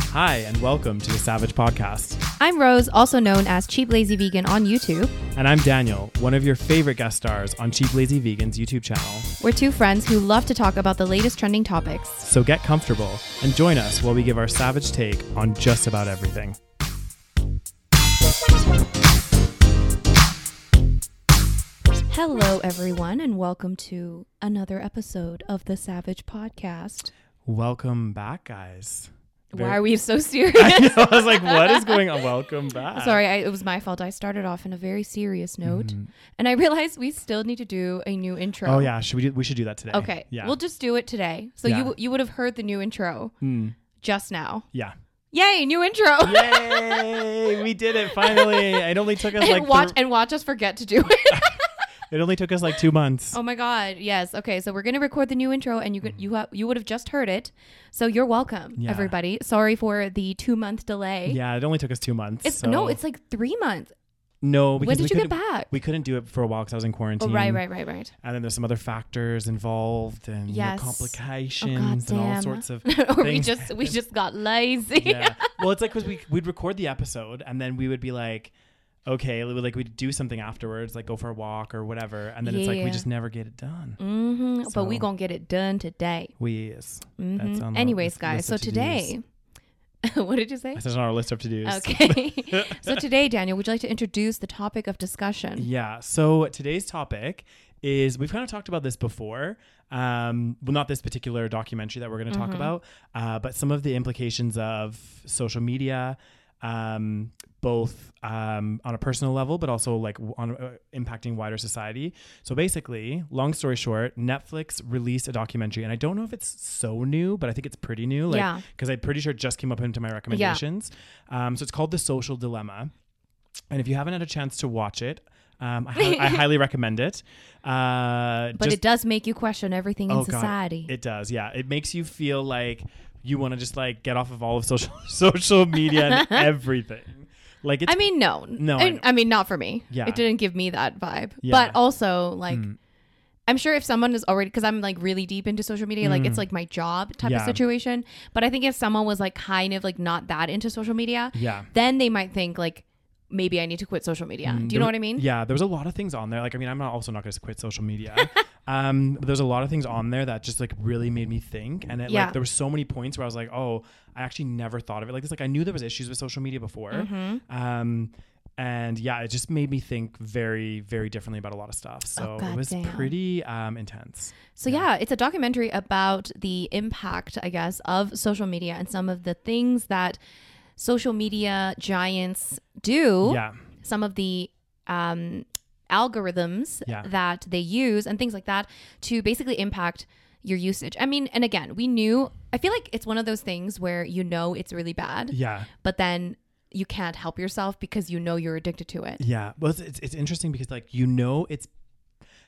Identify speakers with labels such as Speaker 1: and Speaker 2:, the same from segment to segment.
Speaker 1: Hi, and welcome to the Savage Podcast.
Speaker 2: I'm Rose, also known as Cheap Lazy Vegan on YouTube.
Speaker 1: And I'm Daniel, one of your favorite guest stars on Cheap Lazy Vegan's YouTube channel.
Speaker 2: We're two friends who love to talk about the latest trending topics.
Speaker 1: So get comfortable and join us while we give our savage take on just about everything.
Speaker 2: Hello, everyone, and welcome to another episode of the Savage Podcast.
Speaker 1: Welcome back, guys.
Speaker 2: Why are we so
Speaker 1: I,
Speaker 2: serious?
Speaker 1: know, I was like, what is going on? Welcome back.
Speaker 2: Sorry, I, it was my fault. I started off in a very serious
Speaker 1: Mm-hmm.
Speaker 2: note, and I realized we still need to do a new intro.
Speaker 1: Oh yeah, should we do, we should do that today?
Speaker 2: Okay.
Speaker 1: Yeah.
Speaker 2: We'll just do it today. So
Speaker 1: Yeah.
Speaker 2: you you would have heard the new intro
Speaker 1: Mm,
Speaker 2: just now.
Speaker 1: yeah.
Speaker 2: Yay, new intro.
Speaker 1: Yay! We did it finally. It only took us
Speaker 2: and
Speaker 1: like
Speaker 2: watch
Speaker 1: thr-
Speaker 2: and watch us forget to do it.
Speaker 1: it only took us like two months.
Speaker 2: Oh my God! Yes. Okay. So we're gonna record the new intro, and you could you ha- you would have just heard it. So you're welcome,
Speaker 1: Yeah.
Speaker 2: everybody. Sorry for the two month delay.
Speaker 1: Yeah, it only took us two months.
Speaker 2: It's
Speaker 1: so-
Speaker 2: no, it's like three months.
Speaker 1: no. Because
Speaker 2: When
Speaker 1: we
Speaker 2: did you get
Speaker 1: couldn't-
Speaker 2: back?
Speaker 1: We couldn't do it for a while because I was in
Speaker 2: Oh,
Speaker 1: quarantine.
Speaker 2: right, right, right, right.
Speaker 1: And then there's some other factors involved and you know,
Speaker 2: Yes. Oh,
Speaker 1: complications and all
Speaker 2: goddamn.
Speaker 1: sorts of
Speaker 2: or we
Speaker 1: things
Speaker 2: just we just got lazy.
Speaker 1: yeah. Well, it's like because we we'd record the episode and then we would be like, okay, we- like we'd do something afterwards, like go for a walk or whatever, and then it's like we
Speaker 2: Yeah.
Speaker 1: just never get it done.
Speaker 2: hmm But we
Speaker 1: So-
Speaker 2: gonna get it done today.
Speaker 1: We is.
Speaker 2: Mhm.
Speaker 1: on the
Speaker 2: Anyways,
Speaker 1: list-
Speaker 2: guys.
Speaker 1: list
Speaker 2: So
Speaker 1: of to-dos.
Speaker 2: today, what did you say?
Speaker 1: That's on our list of to dos.
Speaker 2: Okay. so today, Daniel, would you like to introduce the topic of discussion?
Speaker 1: Yeah. So today's topic is we've kind of talked about this before. Um, well, not this particular documentary that we're going to talk about, uh, but some of the implications of social media, um, both um, on a personal level, but also like w- on uh, impacting wider society. So basically, long story short, Netflix released a documentary, and I don't know if it's so new, but I think it's pretty new. Like,
Speaker 2: Yeah.
Speaker 1: Because I'm pretty sure it just came up into my recommendations. Um, so it's called The Social Dilemma. And if you haven't had a chance to watch it, um, I, hi- I highly recommend it. Uh,
Speaker 2: But
Speaker 1: just-
Speaker 2: it does make you question everything in
Speaker 1: oh, God,
Speaker 2: society.
Speaker 1: it does. Yeah, it makes you feel like you want to just like get off of all of social social media and everything. Like it's
Speaker 2: I mean, no,
Speaker 1: No, I
Speaker 2: I,
Speaker 1: know.
Speaker 2: I mean, not for me.
Speaker 1: Yeah.
Speaker 2: it didn't give me that vibe.
Speaker 1: Yeah. Hmm.
Speaker 2: But also, like, I'm sure if someone is already because I'm like really deep into social media, like it's like my job type
Speaker 1: Hmm. Yeah.
Speaker 2: of situation. But I think if someone was like kind of like not that into social media,
Speaker 1: yeah.
Speaker 2: then they might think like maybe I need to quit social media. Do you know what I mean?
Speaker 1: Yeah, Hmm. there was a lot of things on there. Like, I mean, I'm not also not going to quit social media. um, but there's a lot of things on there that just like really made me think. And it,
Speaker 2: Yeah.
Speaker 1: like, there were so many points where I was like, oh, I actually never thought of it like this. Like, I knew there was issues with social media before.
Speaker 2: Mm-hmm.
Speaker 1: Um, and yeah, it just made me think very, very differently about a lot of stuff. So
Speaker 2: Oh,
Speaker 1: it was
Speaker 2: goddamn.
Speaker 1: pretty um, intense.
Speaker 2: So yeah. it's a documentary about the impact, I guess, of social media and some of the things that social media giants do.
Speaker 1: Yeah.
Speaker 2: some of the um, algorithms
Speaker 1: Yeah.
Speaker 2: that they use and things like that to basically impact your usage. I mean, and again, we knew, I feel like it's one of those things where you know it's really bad,
Speaker 1: Yeah.
Speaker 2: but then you can't help yourself because you know you're addicted to it.
Speaker 1: Yeah. Well, it's, it's, it's interesting because like you know it's.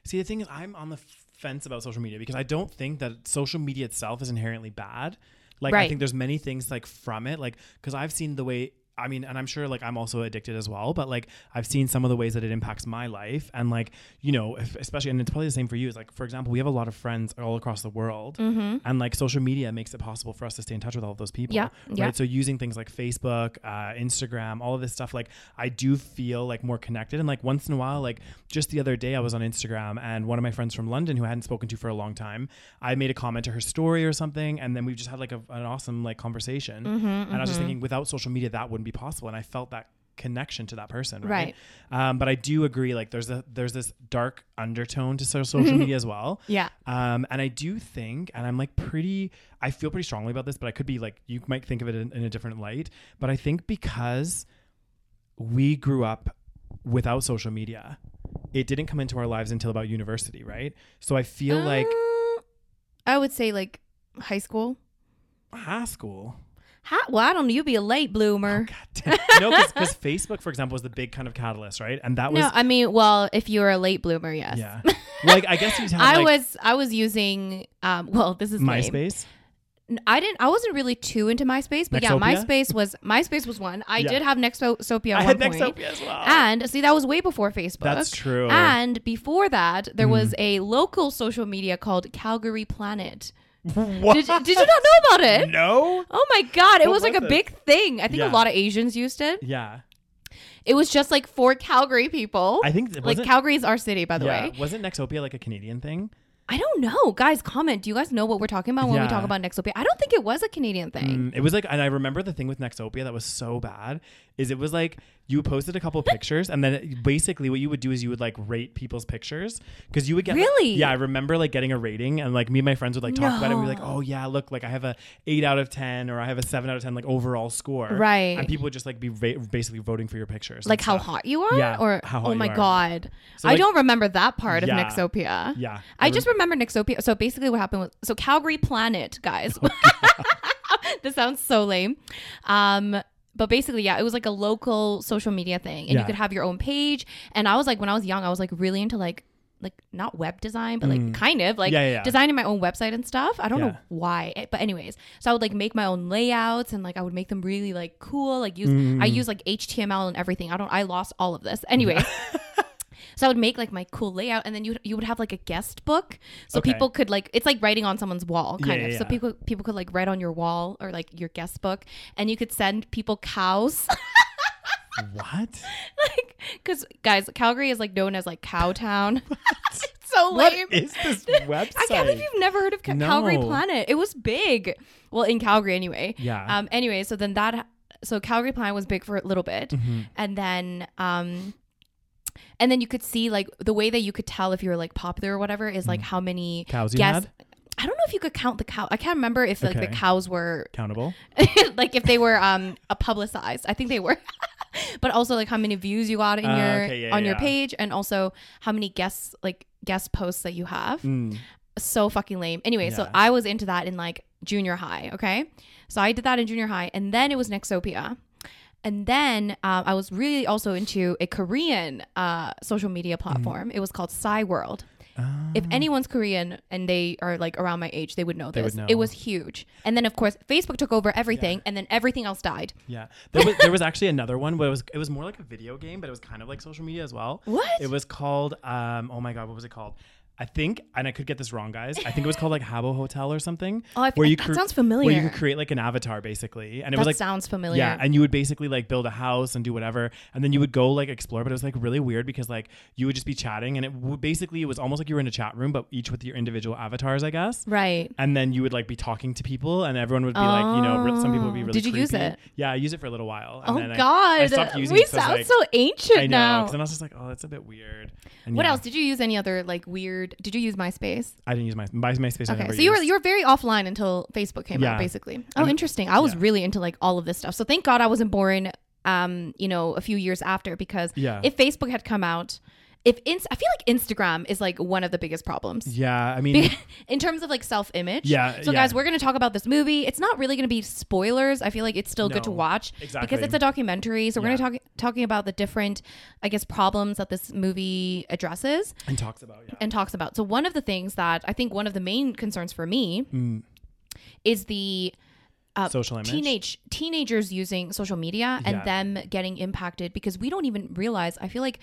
Speaker 1: See, the thing is, I'm on the fence about social media because I don't think that social media itself is inherently bad. Like I
Speaker 2: Right.
Speaker 1: think there's many things like from it, like because I've seen the way. I mean, and I'm sure like I'm also addicted as well, but like I've seen some of the ways that it impacts my life. And like, you know, if, especially, and it's probably the same for you. Is like, for example, we have a lot of friends all across the world, and like social media makes it possible for us to stay in touch with all of those people.
Speaker 2: Mm-hmm. Yeah,
Speaker 1: Right.
Speaker 2: yeah.
Speaker 1: So using things like Facebook, uh, Instagram, all of this stuff, like I do feel like more connected. And like once in a while, like just the other day, I was on Instagram and one of my friends from London who I hadn't spoken to for a long time, I made a comment to her story or something, and then we just had like a, an awesome like conversation.
Speaker 2: Mm-hmm.
Speaker 1: and I was just thinking, without social media, that wouldn't be possible. And I felt that connection to that person right, Um, but i do agree like there's a there's this dark undertone to so- social media as well
Speaker 2: Yeah.
Speaker 1: um, and I do think, and I'm like pretty, I feel pretty strongly about this, but I could be like, you might think of it in, in a different light. But I think because we grew up without social media, it didn't come into our lives until about university, right? So I feel like
Speaker 2: Uh, I would say like high school. Oh.
Speaker 1: high school.
Speaker 2: Hi, well, I don't know. You'd be a late bloomer.
Speaker 1: God no, because Facebook, for example, was the big kind of catalyst, right? And that was,
Speaker 2: no, I mean, well, if you were a late bloomer, yes.
Speaker 1: yeah. Like, I guess you had
Speaker 2: I
Speaker 1: like
Speaker 2: was I was using um well this is lame.
Speaker 1: MySpace.
Speaker 2: N- I didn't. I wasn't really too into MySpace, but yeah,
Speaker 1: Nextopia?
Speaker 2: MySpace was MySpace was one. I
Speaker 1: Yeah.
Speaker 2: did have Nextopia. At
Speaker 1: I
Speaker 2: one
Speaker 1: had
Speaker 2: point.
Speaker 1: Nextopia as well.
Speaker 2: And see, that was way before Facebook.
Speaker 1: That's true. Mm.
Speaker 2: And before that, there was a local social media called Calgary Planet.
Speaker 1: What?
Speaker 2: Did, did you not know about it?
Speaker 1: No.
Speaker 2: Oh my god, it
Speaker 1: What
Speaker 2: was like
Speaker 1: was
Speaker 2: a
Speaker 1: it?
Speaker 2: big thing. I think
Speaker 1: Yeah.
Speaker 2: a lot of Asians used it.
Speaker 1: Yeah,
Speaker 2: It was just like for Calgary people.
Speaker 1: I think it
Speaker 2: like
Speaker 1: wasn't-
Speaker 2: Calgary's our city, by the
Speaker 1: yeah.
Speaker 2: way.
Speaker 1: Wasn't Nexopia like a Canadian thing?
Speaker 2: I don't know, guys. Comment. Do you guys know what we're talking about when we
Speaker 1: Yeah.
Speaker 2: talk about Nexopia? I don't think it was a Canadian thing.
Speaker 1: Mm, it was like, and I remember the thing with Nexopia that was so bad is it was like you posted a couple pictures, and then it- basically what you would do is you would like rate people's pictures because you would get like-
Speaker 2: Really?
Speaker 1: yeah. I remember like getting a rating, and like me and my friends would like talk about it. and We'd be like,
Speaker 2: No.
Speaker 1: oh yeah, look, like I have a eight out of ten, or I have a seven out of ten, like overall score,
Speaker 2: Right.
Speaker 1: And people would just like be va- basically voting for your pictures, and
Speaker 2: Like how
Speaker 1: stuff.
Speaker 2: hot you are,
Speaker 1: Yeah,
Speaker 2: or
Speaker 1: how hot
Speaker 2: oh
Speaker 1: you
Speaker 2: my
Speaker 1: are.
Speaker 2: god,
Speaker 1: So,
Speaker 2: I
Speaker 1: like-
Speaker 2: don't remember that part
Speaker 1: Yeah.
Speaker 2: of Nexopia.
Speaker 1: Yeah,
Speaker 2: I just remember Nexopia. So basically, what happened was so Calgary Planet, guys. this sounds so lame. Um, but basically, yeah, it was like a local social media thing, and you
Speaker 1: Yeah.
Speaker 2: could have your own page. And I was like, when I was young, I was like really into like like not web design, but like kind of like
Speaker 1: Mm. Yeah, yeah, yeah.
Speaker 2: designing my own website and stuff. I don't know
Speaker 1: Yeah.
Speaker 2: why, eh, but anyways, so I would like make my own layouts and like I would make them really like cool. Like use
Speaker 1: Mm-hmm.
Speaker 2: I use like HTML and everything. I don't. I lost all of this. Anyway. So I would make like my cool layout, and then you you would have like a guest book, so
Speaker 1: Okay.
Speaker 2: people could like it's like writing on someone's wall, kind
Speaker 1: Yeah,
Speaker 2: of.
Speaker 1: yeah,
Speaker 2: So
Speaker 1: yeah.
Speaker 2: people people could like write on your wall or like your guest book, and you could send people cows,
Speaker 1: what?
Speaker 2: like because guys, Calgary is like known as like cow town. it's so
Speaker 1: What
Speaker 2: lame.
Speaker 1: is this website?
Speaker 2: I can't believe you've never heard of Ca- Calgary
Speaker 1: No.
Speaker 2: Planet. It was big. Well, in Calgary anyway.
Speaker 1: Yeah.
Speaker 2: Um. Anyway, so then that so Calgary Planet was big for a little bit,
Speaker 1: Mm-hmm.
Speaker 2: and then um. And then you could see like the way that you could tell if you were like popular or whatever is like how many
Speaker 1: Mm. Cows you
Speaker 2: guests-
Speaker 1: had?
Speaker 2: I don't know if you could count the cow. I can't remember if like the
Speaker 1: Okay.
Speaker 2: cows were
Speaker 1: Countable.
Speaker 2: like if they were um uh, publicized. I think they were. but also like how many views you got in
Speaker 1: Ah,
Speaker 2: your
Speaker 1: okay, yeah,
Speaker 2: on your
Speaker 1: yeah.
Speaker 2: page and also how many guests like guest posts that you have
Speaker 1: Mm.
Speaker 2: so fucking lame. Anyway, so
Speaker 1: Yeah.
Speaker 2: I was into that in like junior high. Okay, so I did that in junior high, and then it was Nexopia, and then um, I was really also into a Korean uh, social
Speaker 1: Mm-hmm.
Speaker 2: media platform. It was called Psy World.
Speaker 1: Ah.
Speaker 2: If anyone's Korean and they are like around my age, they would know
Speaker 1: They
Speaker 2: this.
Speaker 1: would know.
Speaker 2: It was huge, and then of course Facebook took over everything, and then everything else died.
Speaker 1: Yeah, there was, there was actually another one where it was it was more like a video game, but it was kind of like social media as well.
Speaker 2: What?
Speaker 1: It was called um oh my god, what was it called? I think, and I could get this wrong, guys. I think it was called like Habbo Hotel or something.
Speaker 2: Oh, I f- that sounds familiar.
Speaker 1: Where you could create like an avatar basically, and it
Speaker 2: That
Speaker 1: was like
Speaker 2: sounds familiar.
Speaker 1: yeah, and you would basically like build a house and do whatever, and then you would go like explore. But it was like really weird because like you would just be chatting, and it would basically it was almost like you were in a chat room, but each with your individual avatars, I guess
Speaker 2: right.
Speaker 1: and then you would like be talking to people and everyone would be like you know re- some people would be
Speaker 2: Oh.
Speaker 1: really
Speaker 2: Did you use
Speaker 1: creepy.
Speaker 2: it?
Speaker 1: yeah i used it for a little while and
Speaker 2: Oh
Speaker 1: then I-
Speaker 2: God,
Speaker 1: I, stopped using
Speaker 2: we
Speaker 1: it 'cause I was
Speaker 2: sound
Speaker 1: like-
Speaker 2: so ancient
Speaker 1: i know
Speaker 2: now.
Speaker 1: because then i was just like oh that's a bit weird And
Speaker 2: What
Speaker 1: yeah,
Speaker 2: else did you use? Any other like weird? Did you use MySpace?
Speaker 1: i didn't use my my myspace I
Speaker 2: Okay,
Speaker 1: never
Speaker 2: so you were
Speaker 1: used.
Speaker 2: you were very offline until Facebook came out,
Speaker 1: Yeah.
Speaker 2: basically. Oh, interesting. I was
Speaker 1: yeah.
Speaker 2: really into like all of this stuff. So thank God I wasn't born, um, you know, a few years after because
Speaker 1: Yeah.
Speaker 2: if Facebook had come out, if Inst- I feel like Instagram is like one of the biggest problems.
Speaker 1: yeah i mean
Speaker 2: In terms of like self image,
Speaker 1: Yeah,
Speaker 2: So
Speaker 1: yeah.
Speaker 2: guys, we're gonna talk about this movie. It's not really gonna be spoilers. I feel like it's still good to
Speaker 1: No,
Speaker 2: watch because
Speaker 1: exactly.
Speaker 2: it's a documentary. So we're
Speaker 1: Yeah.
Speaker 2: gonna talk talking about the different, I guess, problems that this movie addresses
Speaker 1: and talks about yeah
Speaker 2: and talks about. So one of the things that I think one of the main concerns for me
Speaker 1: Mm.
Speaker 2: is the uh,
Speaker 1: Social image.
Speaker 2: teenage teenagers using social media and
Speaker 1: Yeah.
Speaker 2: them getting impacted because we don't even realize. I feel like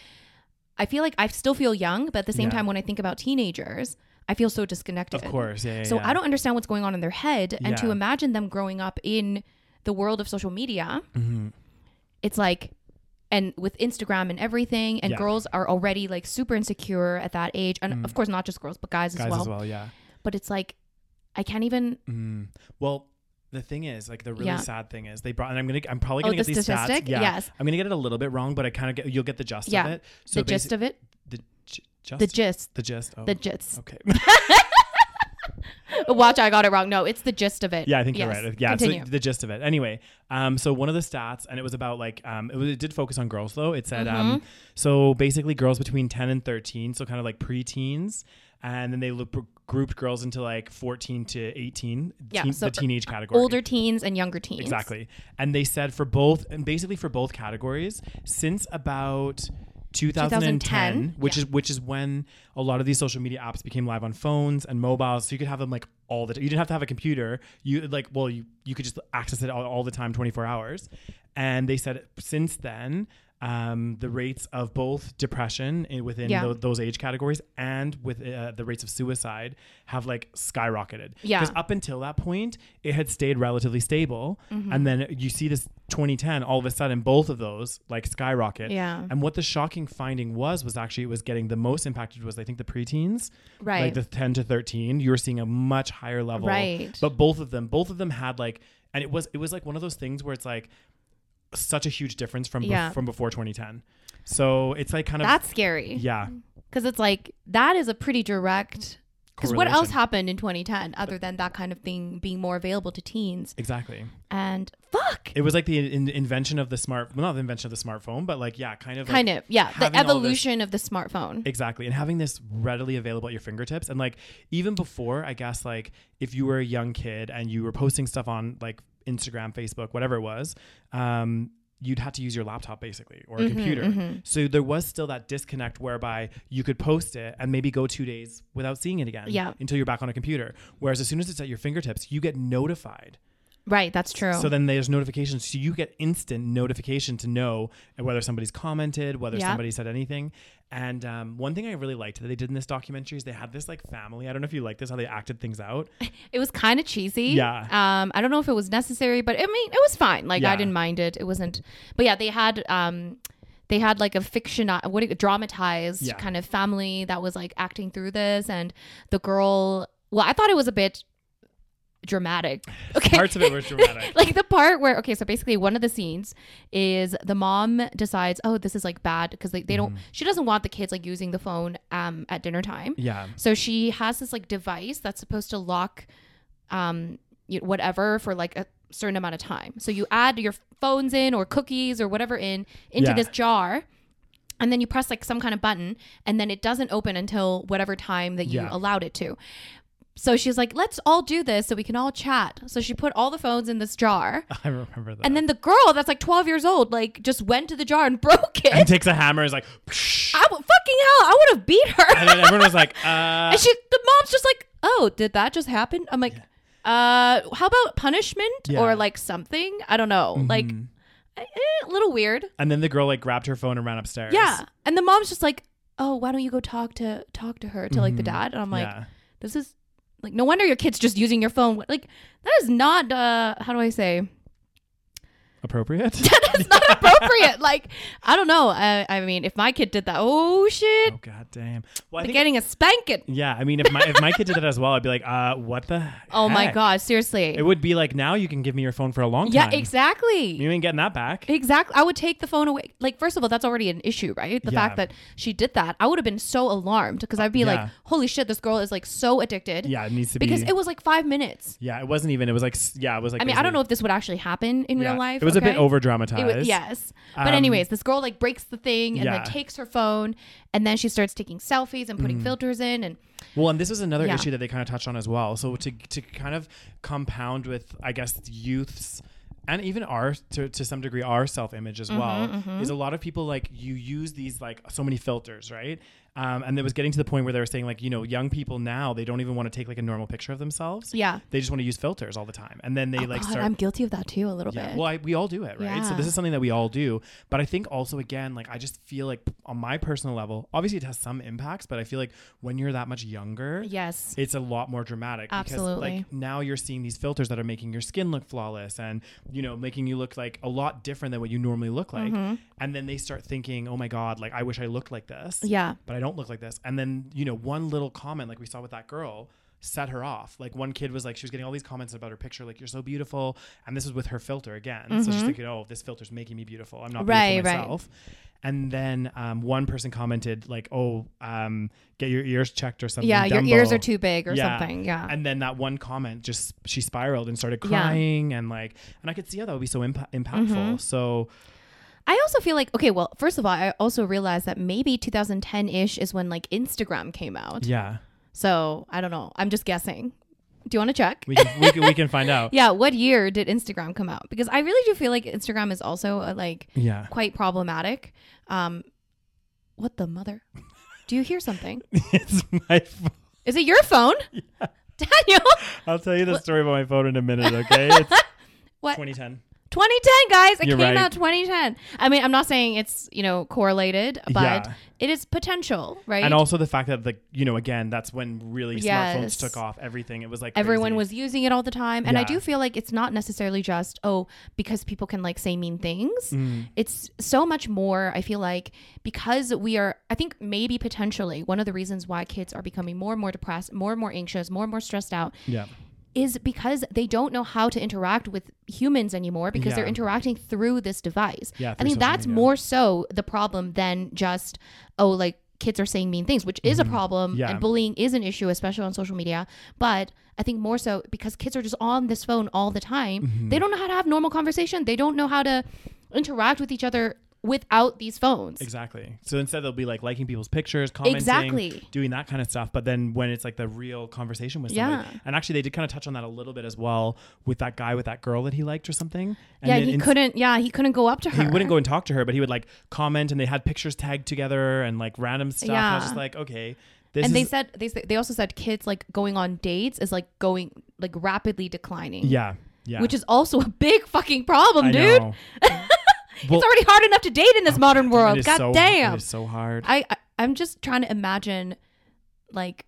Speaker 2: I feel like I still feel young, but at the same
Speaker 1: Yeah.
Speaker 2: time, when I think about teenagers, I feel so disconnected.
Speaker 1: of course yeah, yeah
Speaker 2: So
Speaker 1: yeah.
Speaker 2: I don't understand what's going on in their head, and to
Speaker 1: Yeah.
Speaker 2: imagine them growing up in the world of social media,
Speaker 1: Mm-hmm.
Speaker 2: it's like. And with Instagram and everything, and
Speaker 1: Yeah. Mm.
Speaker 2: girls are already like super insecure at that age, and of course not just girls, but guys,
Speaker 1: guys
Speaker 2: as, well.
Speaker 1: as well yeah
Speaker 2: But it's like, I can't even.
Speaker 1: Mm. Well, the thing is, like the really
Speaker 2: Yeah.
Speaker 1: sad thing is they brought, and I'm gonna, I'm probably
Speaker 2: Oh,
Speaker 1: gonna
Speaker 2: the
Speaker 1: get these
Speaker 2: statistic?
Speaker 1: stats. Yeah,
Speaker 2: Yes.
Speaker 1: I'm gonna get it a little bit wrong, but I kind of get, you'll get the gist
Speaker 2: Yeah.
Speaker 1: of it. So
Speaker 2: the gist
Speaker 1: basi-
Speaker 2: of it,
Speaker 1: the gi- just
Speaker 2: the gist,
Speaker 1: the gist. Oh,
Speaker 2: the gist.
Speaker 1: okay.
Speaker 2: Watch, I got it wrong. No, it's the gist of it.
Speaker 1: Yeah, I think
Speaker 2: Yes.
Speaker 1: you're right. Yeah, it's
Speaker 2: continue.
Speaker 1: the, the gist of it. Anyway, um, so one of the stats, and it was about like, um, it, was, it did focus on girls though. It said, um,
Speaker 2: Mm-hmm.
Speaker 1: so basically girls between 10 and 13, so kind of like preteens, and then they lo- grouped girls into like 14 to 18,
Speaker 2: Yeah,
Speaker 1: teen-
Speaker 2: so
Speaker 1: the teenage category.
Speaker 2: Older teens and younger teens.
Speaker 1: Exactly. And they said for both, and basically for both categories, since about 2010,
Speaker 2: 2010,
Speaker 1: which is which is when a lot of these social media apps became live on phones and mobiles, so you could have them like all the time. You didn't have to have a computer. You like, well, you you could just access it all, all the time, 24 hours. And they said since then. um, the rates of both depression i- within
Speaker 2: Yeah.
Speaker 1: tho- those age categories and with uh, the rates of suicide have like skyrocketed.
Speaker 2: Yeah.
Speaker 1: Because up until that point, it had stayed relatively stable,
Speaker 2: Mm-hmm.
Speaker 1: and then you see this 2010. All of a sudden, both of those like skyrocket.
Speaker 2: Yeah.
Speaker 1: And what the shocking finding was was actually it was getting the most impacted was I think the preteens,
Speaker 2: Right.
Speaker 1: Like the 10 to 13, you were seeing a much higher level,
Speaker 2: Right.
Speaker 1: But both of them, both of them had like, and it was it was like one of those things where it's like such a huge difference from bef-
Speaker 2: Yeah.
Speaker 1: from before 2010. So it's like kind of
Speaker 2: That's scary.
Speaker 1: yeah.
Speaker 2: Because it's like, that is a pretty direct. Because what else
Speaker 1: correlation.
Speaker 2: happened in 2010 other than that kind of thing being more available to teens?
Speaker 1: Exactly.
Speaker 2: And fuck.
Speaker 1: It was like the in- invention of the smart, well, not the invention of the smartphone, but like yeah, kind of like,
Speaker 2: kind of. Yeah. The
Speaker 1: having all this-
Speaker 2: evolution of the smartphone.
Speaker 1: Exactly. And having this readily available at your fingertips. And like even before, I guess like if you were a young kid and you were posting stuff on like Instagram, Facebook, whatever it was, um, you'd have to use your laptop basically or a
Speaker 2: Mm-hmm,
Speaker 1: computer. So there was still that disconnect whereby you could post it and maybe go two days without seeing it again
Speaker 2: Yeah.
Speaker 1: until you're back on a computer. Whereas as soon as it's at your fingertips, you get notified.
Speaker 2: right. That's true.
Speaker 1: So then there's notifications. So you get instant notification to know whether somebody's commented, whether
Speaker 2: Yeah.
Speaker 1: somebody said anything. And um, one thing I really liked that they did in this documentary is they had this like family. I don't know if you like this, how they acted things out.
Speaker 2: It was kind of cheesy.
Speaker 1: Yeah.
Speaker 2: Um, I don't know if it was necessary, but I mean, it was fine. Like
Speaker 1: Yeah.
Speaker 2: I didn't mind it. It wasn't. But yeah, they had um, they had like a fiction, uh, what do you- dramatized
Speaker 1: Yeah.
Speaker 2: kind of family that was like acting through this, and the girl. Well, I thought it was a bit dramatic. Okay.
Speaker 1: Parts of it were dramatic.
Speaker 2: like the part where okay so basically one of the scenes is the mom decides oh this is like bad because they, they don't
Speaker 1: Mm-hmm.
Speaker 2: she doesn't want the kids like using the phone um at dinner time
Speaker 1: yeah.
Speaker 2: so she has this like device that's supposed to lock um you- whatever for like a certain amount of time. So you add your phones in or cookies or whatever in into
Speaker 1: Yeah.
Speaker 2: this jar and then you press like some kind of button and then it doesn't open until whatever time that you
Speaker 1: Yeah.
Speaker 2: allowed it to. So she's like, "Let's all do this so we can all chat." So she put all the phones in this jar.
Speaker 1: I remember that.
Speaker 2: And then the girl that's like 12 years old like just went to the jar and broke it.
Speaker 1: and takes a hammer and is like, "Psh."
Speaker 2: I would fucking hell, I would have beat her.
Speaker 1: and then everyone was like, uh,
Speaker 2: And she, the mom's just like, "Oh, did that just happen?" I'm like, "Uh, how about punishment
Speaker 1: Yeah. Mm-hmm.
Speaker 2: or like something? I don't know. Like, eh, a little weird.
Speaker 1: and then the girl like grabbed her phone and ran upstairs.
Speaker 2: Yeah." And the mom's just like, "Oh, why don't you go talk to talk to her to like the dad?" And I'm like,
Speaker 1: Mm-hmm. Yeah.
Speaker 2: "This is like no wonder your kid's just using your phone. Like that is not uh how do I say
Speaker 1: Appropriate?
Speaker 2: that is not appropriate. like I don't know. I, I mean, if my kid did that, oh shit,
Speaker 1: oh, god damn. Well, I
Speaker 2: they're
Speaker 1: think,
Speaker 2: getting a spanking.
Speaker 1: yeah, I mean, if my, if my kid did that as well, I'd be like, uh, what the
Speaker 2: Oh my
Speaker 1: heck?
Speaker 2: god, seriously.
Speaker 1: It would be like, now you can give me your phone for a long
Speaker 2: yeah,
Speaker 1: time.
Speaker 2: exactly.
Speaker 1: You ain't getting that back.
Speaker 2: Exactly. I would take the phone away. Like, first of all, that's already an issue, right? The
Speaker 1: Yeah.
Speaker 2: fact that she did that, I would have been so alarmed because I'd be
Speaker 1: Yeah.
Speaker 2: like, holy shit, this girl is like so addicted.
Speaker 1: Yeah, it needs to
Speaker 2: Because
Speaker 1: be.
Speaker 2: it was like five minutes.
Speaker 1: yeah, it wasn't even. It was like, s- yeah, it was like.
Speaker 2: I mean, I don't know if this would actually happen in
Speaker 1: yeah.
Speaker 2: real life.
Speaker 1: It was a bit
Speaker 2: okay?
Speaker 1: over
Speaker 2: It
Speaker 1: dramatized.
Speaker 2: was- yes. But,
Speaker 1: Um,
Speaker 2: anyways, this girl like breaks the thing and
Speaker 1: yeah. Mm.
Speaker 2: then takes her phone and then she starts taking selfies and putting filters in. And
Speaker 1: Well, and this was another
Speaker 2: Yeah.
Speaker 1: issue that they kind of touched on as well. So to to kind of compound with, I guess, youths. And even our, to, to some degree, our self image
Speaker 2: Mm-hmm,
Speaker 1: as well, is a lot of people like you use these like so many filters, right? Um, and it was getting to the point where they were saying like, you know, young people now they don't even want to take like a normal picture of themselves.
Speaker 2: Yeah. Oh
Speaker 1: they just want to use filters all the time, and then they like
Speaker 2: God,
Speaker 1: start
Speaker 2: I'm guilty of that too, a little
Speaker 1: Yeah.
Speaker 2: bit.
Speaker 1: Well, I, we all do it, right? So
Speaker 2: Yeah.
Speaker 1: this is something that we all do. But I think also again, like I just feel like on my personal level, obviously it has some impacts, but I feel like when you're that much younger,
Speaker 2: yes.
Speaker 1: it's a lot more dramatic because
Speaker 2: Absolutely.
Speaker 1: like now you're seeing these filters that are making your skin look flawless and you know making you look like a lot different than what you normally look like
Speaker 2: Mm-hmm.
Speaker 1: and then they start thinking oh my god like i wish i looked like this
Speaker 2: Yeah.
Speaker 1: but I don't look like this. And then, you know, one little comment like we saw with that girl set her off. Like one kid was like, she was getting all these comments about her picture, like, you're so beautiful. And this was with her filter again. So she's thinking, oh, this filter's making me beautiful. I'm not
Speaker 2: Mm-hmm. Right,
Speaker 1: beautiful
Speaker 2: right.
Speaker 1: myself. And then um, one person commented like, "Oh, um, get your ears checked or something."
Speaker 2: Yeah. Your
Speaker 1: Dumbo."
Speaker 2: ears are too big or something. Yeah.
Speaker 1: And then that one comment just she spiraled and started
Speaker 2: Yeah.
Speaker 1: crying and like, and I could see how that would be so impa- impactful.
Speaker 2: Mm-hmm.
Speaker 1: So
Speaker 2: I also feel like okay, well, first of all, I also realized that maybe 2010-ish is when like Instagram came out.
Speaker 1: yeah,
Speaker 2: So I don't know. I'm just guessing. Do you want to check?
Speaker 1: we can, we can, we can find out.
Speaker 2: yeah, what year did Instagram come out? Because I really do feel like Instagram is also uh, like
Speaker 1: Yeah.
Speaker 2: quite problematic. Um, what the mother? Do you hear something?
Speaker 1: it's my fault.
Speaker 2: Is it your phone, Daniel?
Speaker 1: I'll tell you the story about my phone in a minute, okay? It's
Speaker 2: What?
Speaker 1: 2010.
Speaker 2: 2010, guys. It
Speaker 1: You're
Speaker 2: came
Speaker 1: right.
Speaker 2: out 2010. I mean, I'm not saying it's, you know, correlated, but
Speaker 1: Yeah.
Speaker 2: it is potential, right?
Speaker 1: And also the fact that like you know again that's when really
Speaker 2: Yes.
Speaker 1: smartphones took off everything it was like
Speaker 2: Everyone
Speaker 1: crazy.
Speaker 2: was using it all the time. And I
Speaker 1: Yeah.
Speaker 2: do feel like it's not necessarily just, oh, because people can like say mean things.
Speaker 1: Mm.
Speaker 2: It's so much more, I feel like, because we are, I think maybe potentially one of the reasons why kids are becoming more and more depressed, more and more anxious, more and more stressed out
Speaker 1: yeah
Speaker 2: is because they don't know how to interact with humans anymore because they're
Speaker 1: Yeah.
Speaker 2: interacting through this device.
Speaker 1: Yeah,
Speaker 2: I
Speaker 1: through
Speaker 2: think
Speaker 1: social
Speaker 2: that's
Speaker 1: media.
Speaker 2: more so the problem than just, oh, like kids are saying mean things, which is a problem
Speaker 1: Mm-hmm. Yeah.
Speaker 2: and bullying is an issue, especially on social media. But I think more so because kids are just on this phone all the time,
Speaker 1: Mm-hmm.
Speaker 2: they don't know how to have normal conversation. They don't know how to interact with each other without these phones.
Speaker 1: exactly so instead they'll be like liking people's pictures commenting
Speaker 2: Exactly.
Speaker 1: doing that kind of stuff but then when it's like the real conversation with somebody
Speaker 2: Yeah.
Speaker 1: and actually they did kind of touch on that a little bit as well with that guy with that girl that he liked or something and
Speaker 2: yeah,
Speaker 1: then
Speaker 2: he
Speaker 1: in-
Speaker 2: couldn't. Yeah, he couldn't go up to her.
Speaker 1: he wouldn't go and talk to her but he would like comment and they had pictures tagged together and like random stuff and I was
Speaker 2: Yeah.
Speaker 1: just like okay this
Speaker 2: and they
Speaker 1: is
Speaker 2: said they s- they also said kids like going on dates is like going like rapidly declining.
Speaker 1: yeah yeah
Speaker 2: Which is also a big fucking problem,
Speaker 1: I
Speaker 2: dude.
Speaker 1: know.
Speaker 2: It's already hard enough to date in this modern
Speaker 1: It
Speaker 2: world.
Speaker 1: is
Speaker 2: God
Speaker 1: so,
Speaker 2: damn.
Speaker 1: it is so hard
Speaker 2: I, I I'm just trying to imagine like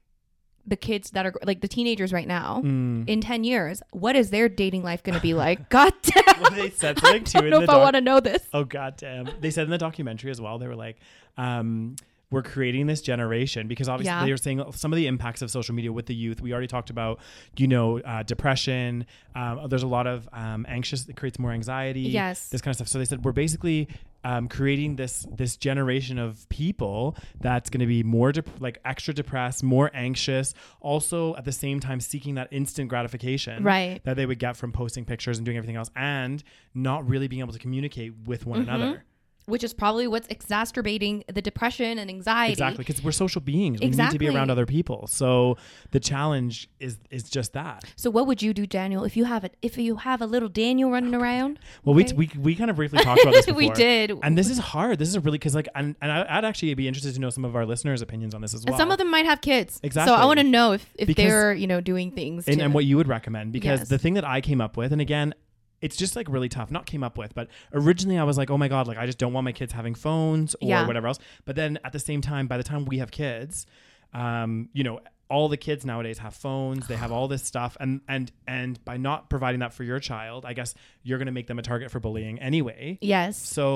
Speaker 2: the kids that are like the teenagers right now
Speaker 1: Mm.
Speaker 2: in 10 years, what is their dating life going to be like? God damn.
Speaker 1: Well, they said something
Speaker 2: I
Speaker 1: too
Speaker 2: don't
Speaker 1: in
Speaker 2: know
Speaker 1: the
Speaker 2: if I
Speaker 1: doc-
Speaker 2: want to know this.
Speaker 1: Oh goddamn! They said in the documentary as well. They were like, um, "We're creating this generation because obviously
Speaker 2: Yeah.
Speaker 1: they were saying some of the impacts of social media with the youth. We already talked about, you know, uh, depression. Um, there's a lot of um, anxious. It creates more anxiety.
Speaker 2: Yes.
Speaker 1: this kind of stuff. So they said we're basically." Um, creating this this generation of people that's going to be more dep- like extra depressed, more anxious, also at the same time seeking that instant gratification
Speaker 2: Right.
Speaker 1: that they would get from posting pictures and doing everything else and not really being able to communicate with one
Speaker 2: Mm-hmm.
Speaker 1: another.
Speaker 2: Which is probably what's exacerbating the depression and anxiety.
Speaker 1: Exactly, because we're social beings. We need to be around
Speaker 2: Exactly.
Speaker 1: other people. So the challenge is is just that.
Speaker 2: So what would you do, Daniel, if you have a if you have a little Daniel running around?
Speaker 1: Well, we, we we kind of briefly talked about this. Before.
Speaker 2: We did.
Speaker 1: and this is hard. This is a really because like and, and I- I'd actually be interested to know some of our listeners' opinions on this as well.
Speaker 2: And some of them might have kids.
Speaker 1: Exactly.
Speaker 2: So I want to know if, if
Speaker 1: Because-
Speaker 2: they're, you know, doing things.
Speaker 1: and,
Speaker 2: to-
Speaker 1: and what you would recommend because
Speaker 2: Yes.
Speaker 1: the thing that I came up with, and again, it's just like really tough. Not came up with, but originally I was like, oh my god, like I just don't want my kids having phones or
Speaker 2: Yeah.
Speaker 1: whatever else. But then at the same time, by the time we have kids, um, you know. All the kids nowadays have phones. They have all this stuff, and and and by not providing that for your child, I guess you're going to make them a target for bullying anyway.
Speaker 2: yes.
Speaker 1: So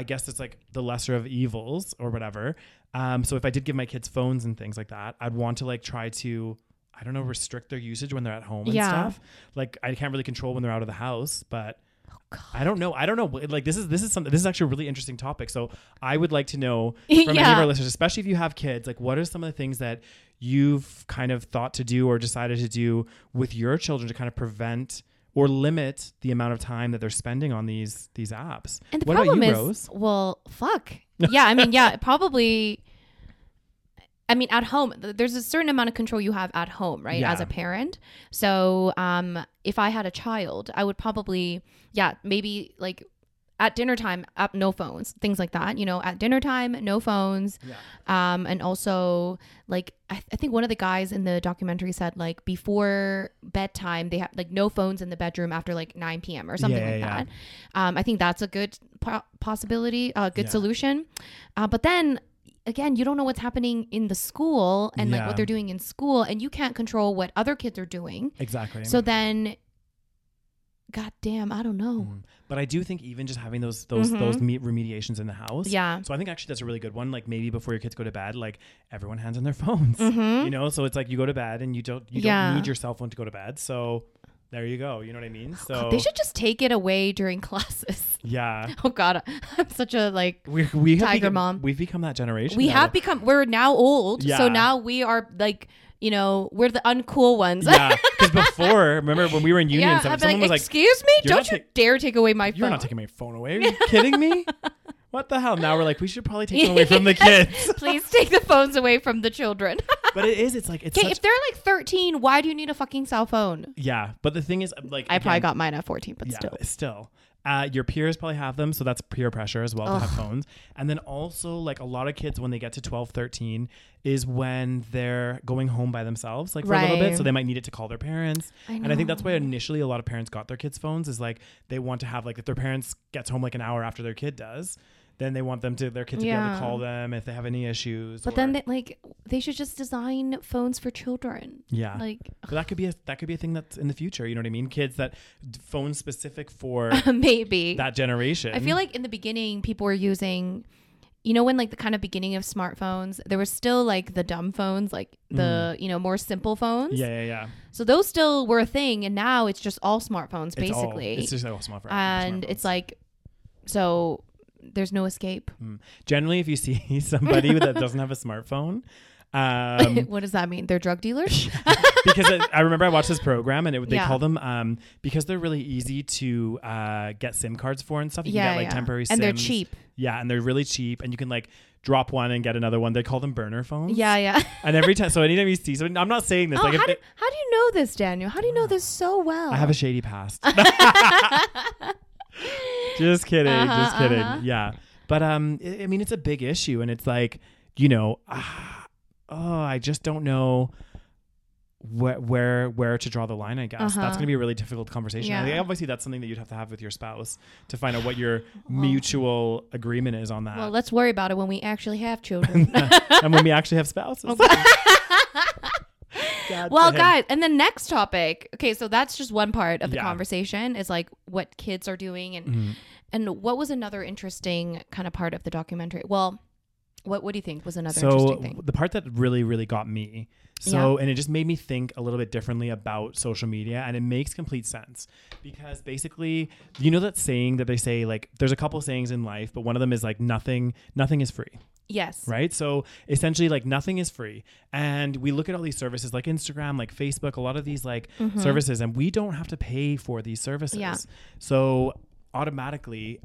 Speaker 1: I guess it's like the lesser of evils or whatever. Um, so if I did give my kids phones and things like that, I'd want to like try to, I don't know, restrict their usage when they're at home and
Speaker 2: Yeah.
Speaker 1: stuff. Like I can't really control when they're out of the house, but
Speaker 2: Oh,
Speaker 1: I don't know. I don't know. Like this is this is something. This is actually a really interesting topic. So I would like to know from any of
Speaker 2: Yeah.
Speaker 1: our listeners, especially if you have kids, like what are some of the things that you've kind of thought to do or decided to do with your children to kind of prevent or limit the amount of time that they're spending on these these apps.
Speaker 2: And the
Speaker 1: what
Speaker 2: problem
Speaker 1: about you,
Speaker 2: is,
Speaker 1: Rose?
Speaker 2: well, fuck. Yeah, I mean, yeah, probably. I mean, at home, th- there's a certain amount of control you have at home, right? As
Speaker 1: Yeah.
Speaker 2: a parent. So, um, if I had a child, I would probably, yeah, maybe like at dinner time, up no phones, things like that. You know, at dinner time, no phones.
Speaker 1: Yeah.
Speaker 2: Um, and also like I, th- I think one of the guys in the documentary said like before bedtime they have like no phones in the bedroom after like 9 p.m. or something
Speaker 1: Yeah,
Speaker 2: like
Speaker 1: yeah, yeah.
Speaker 2: that. Um, I think that's a good po- possibility, a good
Speaker 1: Yeah.
Speaker 2: solution. Uh, but then again, you don't know what's happening in the school and like
Speaker 1: Yeah.
Speaker 2: what they're doing in school, and you can't control what other kids are doing.
Speaker 1: Exactly.
Speaker 2: So then, goddamn, I don't know.
Speaker 1: Mm. but I do think even just having those those
Speaker 2: Mhm.
Speaker 1: those me- remediations in the house.
Speaker 2: Yeah.
Speaker 1: So I think actually that's a really good one. Like maybe before your kids go to bed, like everyone hands on their phones.
Speaker 2: Mhm.
Speaker 1: You know, so it's like you go to bed and you don't you
Speaker 2: Yeah.
Speaker 1: don't need your cell phone to go to bed. So there you go. You know what I mean? So
Speaker 2: God, they should just take it away during classes.
Speaker 1: yeah.
Speaker 2: Oh God, I'm such a like.
Speaker 1: We we have
Speaker 2: Tiger
Speaker 1: become,
Speaker 2: mom.
Speaker 1: We've become that generation.
Speaker 2: We
Speaker 1: now.
Speaker 2: have become. We're now old,
Speaker 1: Yeah.
Speaker 2: so now we are like, you know, we're the uncool ones.
Speaker 1: yeah. Because before, remember when we were in union,
Speaker 2: Yeah,
Speaker 1: some-
Speaker 2: I'd be
Speaker 1: someone
Speaker 2: like,
Speaker 1: was like,
Speaker 2: "Excuse me,
Speaker 1: "You're
Speaker 2: don't
Speaker 1: not
Speaker 2: you
Speaker 1: ta-
Speaker 2: dare take away my
Speaker 1: "You're
Speaker 2: phone."
Speaker 1: not taking my phone away? Are you kidding me? What the hell? Now we're like, we should probably take it away from the kids.
Speaker 2: Please take the phones away from the children.
Speaker 1: but it is. It's like it's
Speaker 2: Okay,
Speaker 1: such,
Speaker 2: if they're like 13, why do you need a fucking cell phone?
Speaker 1: yeah. But the thing is, um, like
Speaker 2: I
Speaker 1: again,
Speaker 2: probably got mine at 14, but
Speaker 1: yeah,
Speaker 2: still.
Speaker 1: still. Uh, your peers probably have them, so that's peer pressure as well to have phones. And then also, like a lot of kids, when they get to 12, 13, is when they're going home by themselves, like for a little bit.
Speaker 2: Right.
Speaker 1: So they might need it to call their parents.
Speaker 2: I
Speaker 1: and I think that's why initially a lot of parents got their kids' phones, is like they want to have, like, if their parents gets home like an hour after their kid does, then they want them to, their kid to be able
Speaker 2: Yeah.
Speaker 1: to call them if they have any issues.
Speaker 2: But
Speaker 1: or-
Speaker 2: then, they, like, they should just design phones for children.
Speaker 1: yeah.
Speaker 2: Like,
Speaker 1: but that could be a that could be a thing that's in the future. You know what I mean? Kids that d- phone specific for
Speaker 2: maybe.
Speaker 1: that generation.
Speaker 2: I feel like in the beginning, people were using, you know, when like the kind of beginning of smartphones, there was still like the dumb phones, like the, you know, more simple phones.
Speaker 1: Mm. yeah, yeah, yeah.
Speaker 2: So those still were a thing. And now it's just all smartphones,
Speaker 1: It's all-
Speaker 2: basically.
Speaker 1: it's just all small for
Speaker 2: and
Speaker 1: smartphones.
Speaker 2: it's like, so there's no escape.
Speaker 1: generally if you see somebody that doesn't have a smartphone, um,
Speaker 2: what does that mean? They're drug dealers?
Speaker 1: because I, I remember I watched this program and it, would- they
Speaker 2: Yeah.
Speaker 1: call them um, because they're really easy to uh, get SIM cards for and stuff. You
Speaker 2: Yeah,
Speaker 1: can get like
Speaker 2: yeah.
Speaker 1: temporary
Speaker 2: And they're
Speaker 1: SIMs.
Speaker 2: cheap.
Speaker 1: Yeah, and they're really cheap, and you can like drop one and get another one. They call them burner phones.
Speaker 2: yeah, yeah.
Speaker 1: and every time, so anytime you see, so I'm not saying this.
Speaker 2: Oh,
Speaker 1: like
Speaker 2: how,
Speaker 1: if
Speaker 2: do,
Speaker 1: it-
Speaker 2: how do you know this, Daniel? How do you know this so well?
Speaker 1: I have a shady past. just kidding, just
Speaker 2: Uh-huh,
Speaker 1: kidding.
Speaker 2: uh-huh.
Speaker 1: Yeah, but um, I I mean, it's a big issue, and it's like you know, ah, oh, I just don't know where where where to draw the line. I guess that's
Speaker 2: Uh-huh.
Speaker 1: gonna be a really difficult conversation. I
Speaker 2: Yeah. Oh.
Speaker 1: think obviously that's something that you'd have to have with your spouse to find out what your mutual agreement is on that.
Speaker 2: well, let's worry about it when we actually have children.
Speaker 1: and when we actually have spouses. God
Speaker 2: well,
Speaker 1: dang.
Speaker 2: guys, and the next topic. Okay, so that's just one part of the
Speaker 1: Yeah. Mm-hmm.
Speaker 2: conversation is like what kids are doing and and what was another interesting kind of part of the documentary? Well, what what do you think was another
Speaker 1: so
Speaker 2: interesting thing?
Speaker 1: the part that really really got me so and it just made me think a little bit differently about social media and it makes complete sense because basically you know that saying that they say like there's a couple sayings in life but one of them is like nothing nothing is free
Speaker 2: Yes.
Speaker 1: right so essentially like nothing is free and we look at all these services like instagram like facebook a lot of these like services and we don't have to pay for these services
Speaker 2: Mm-hmm. Yeah.
Speaker 1: so automatically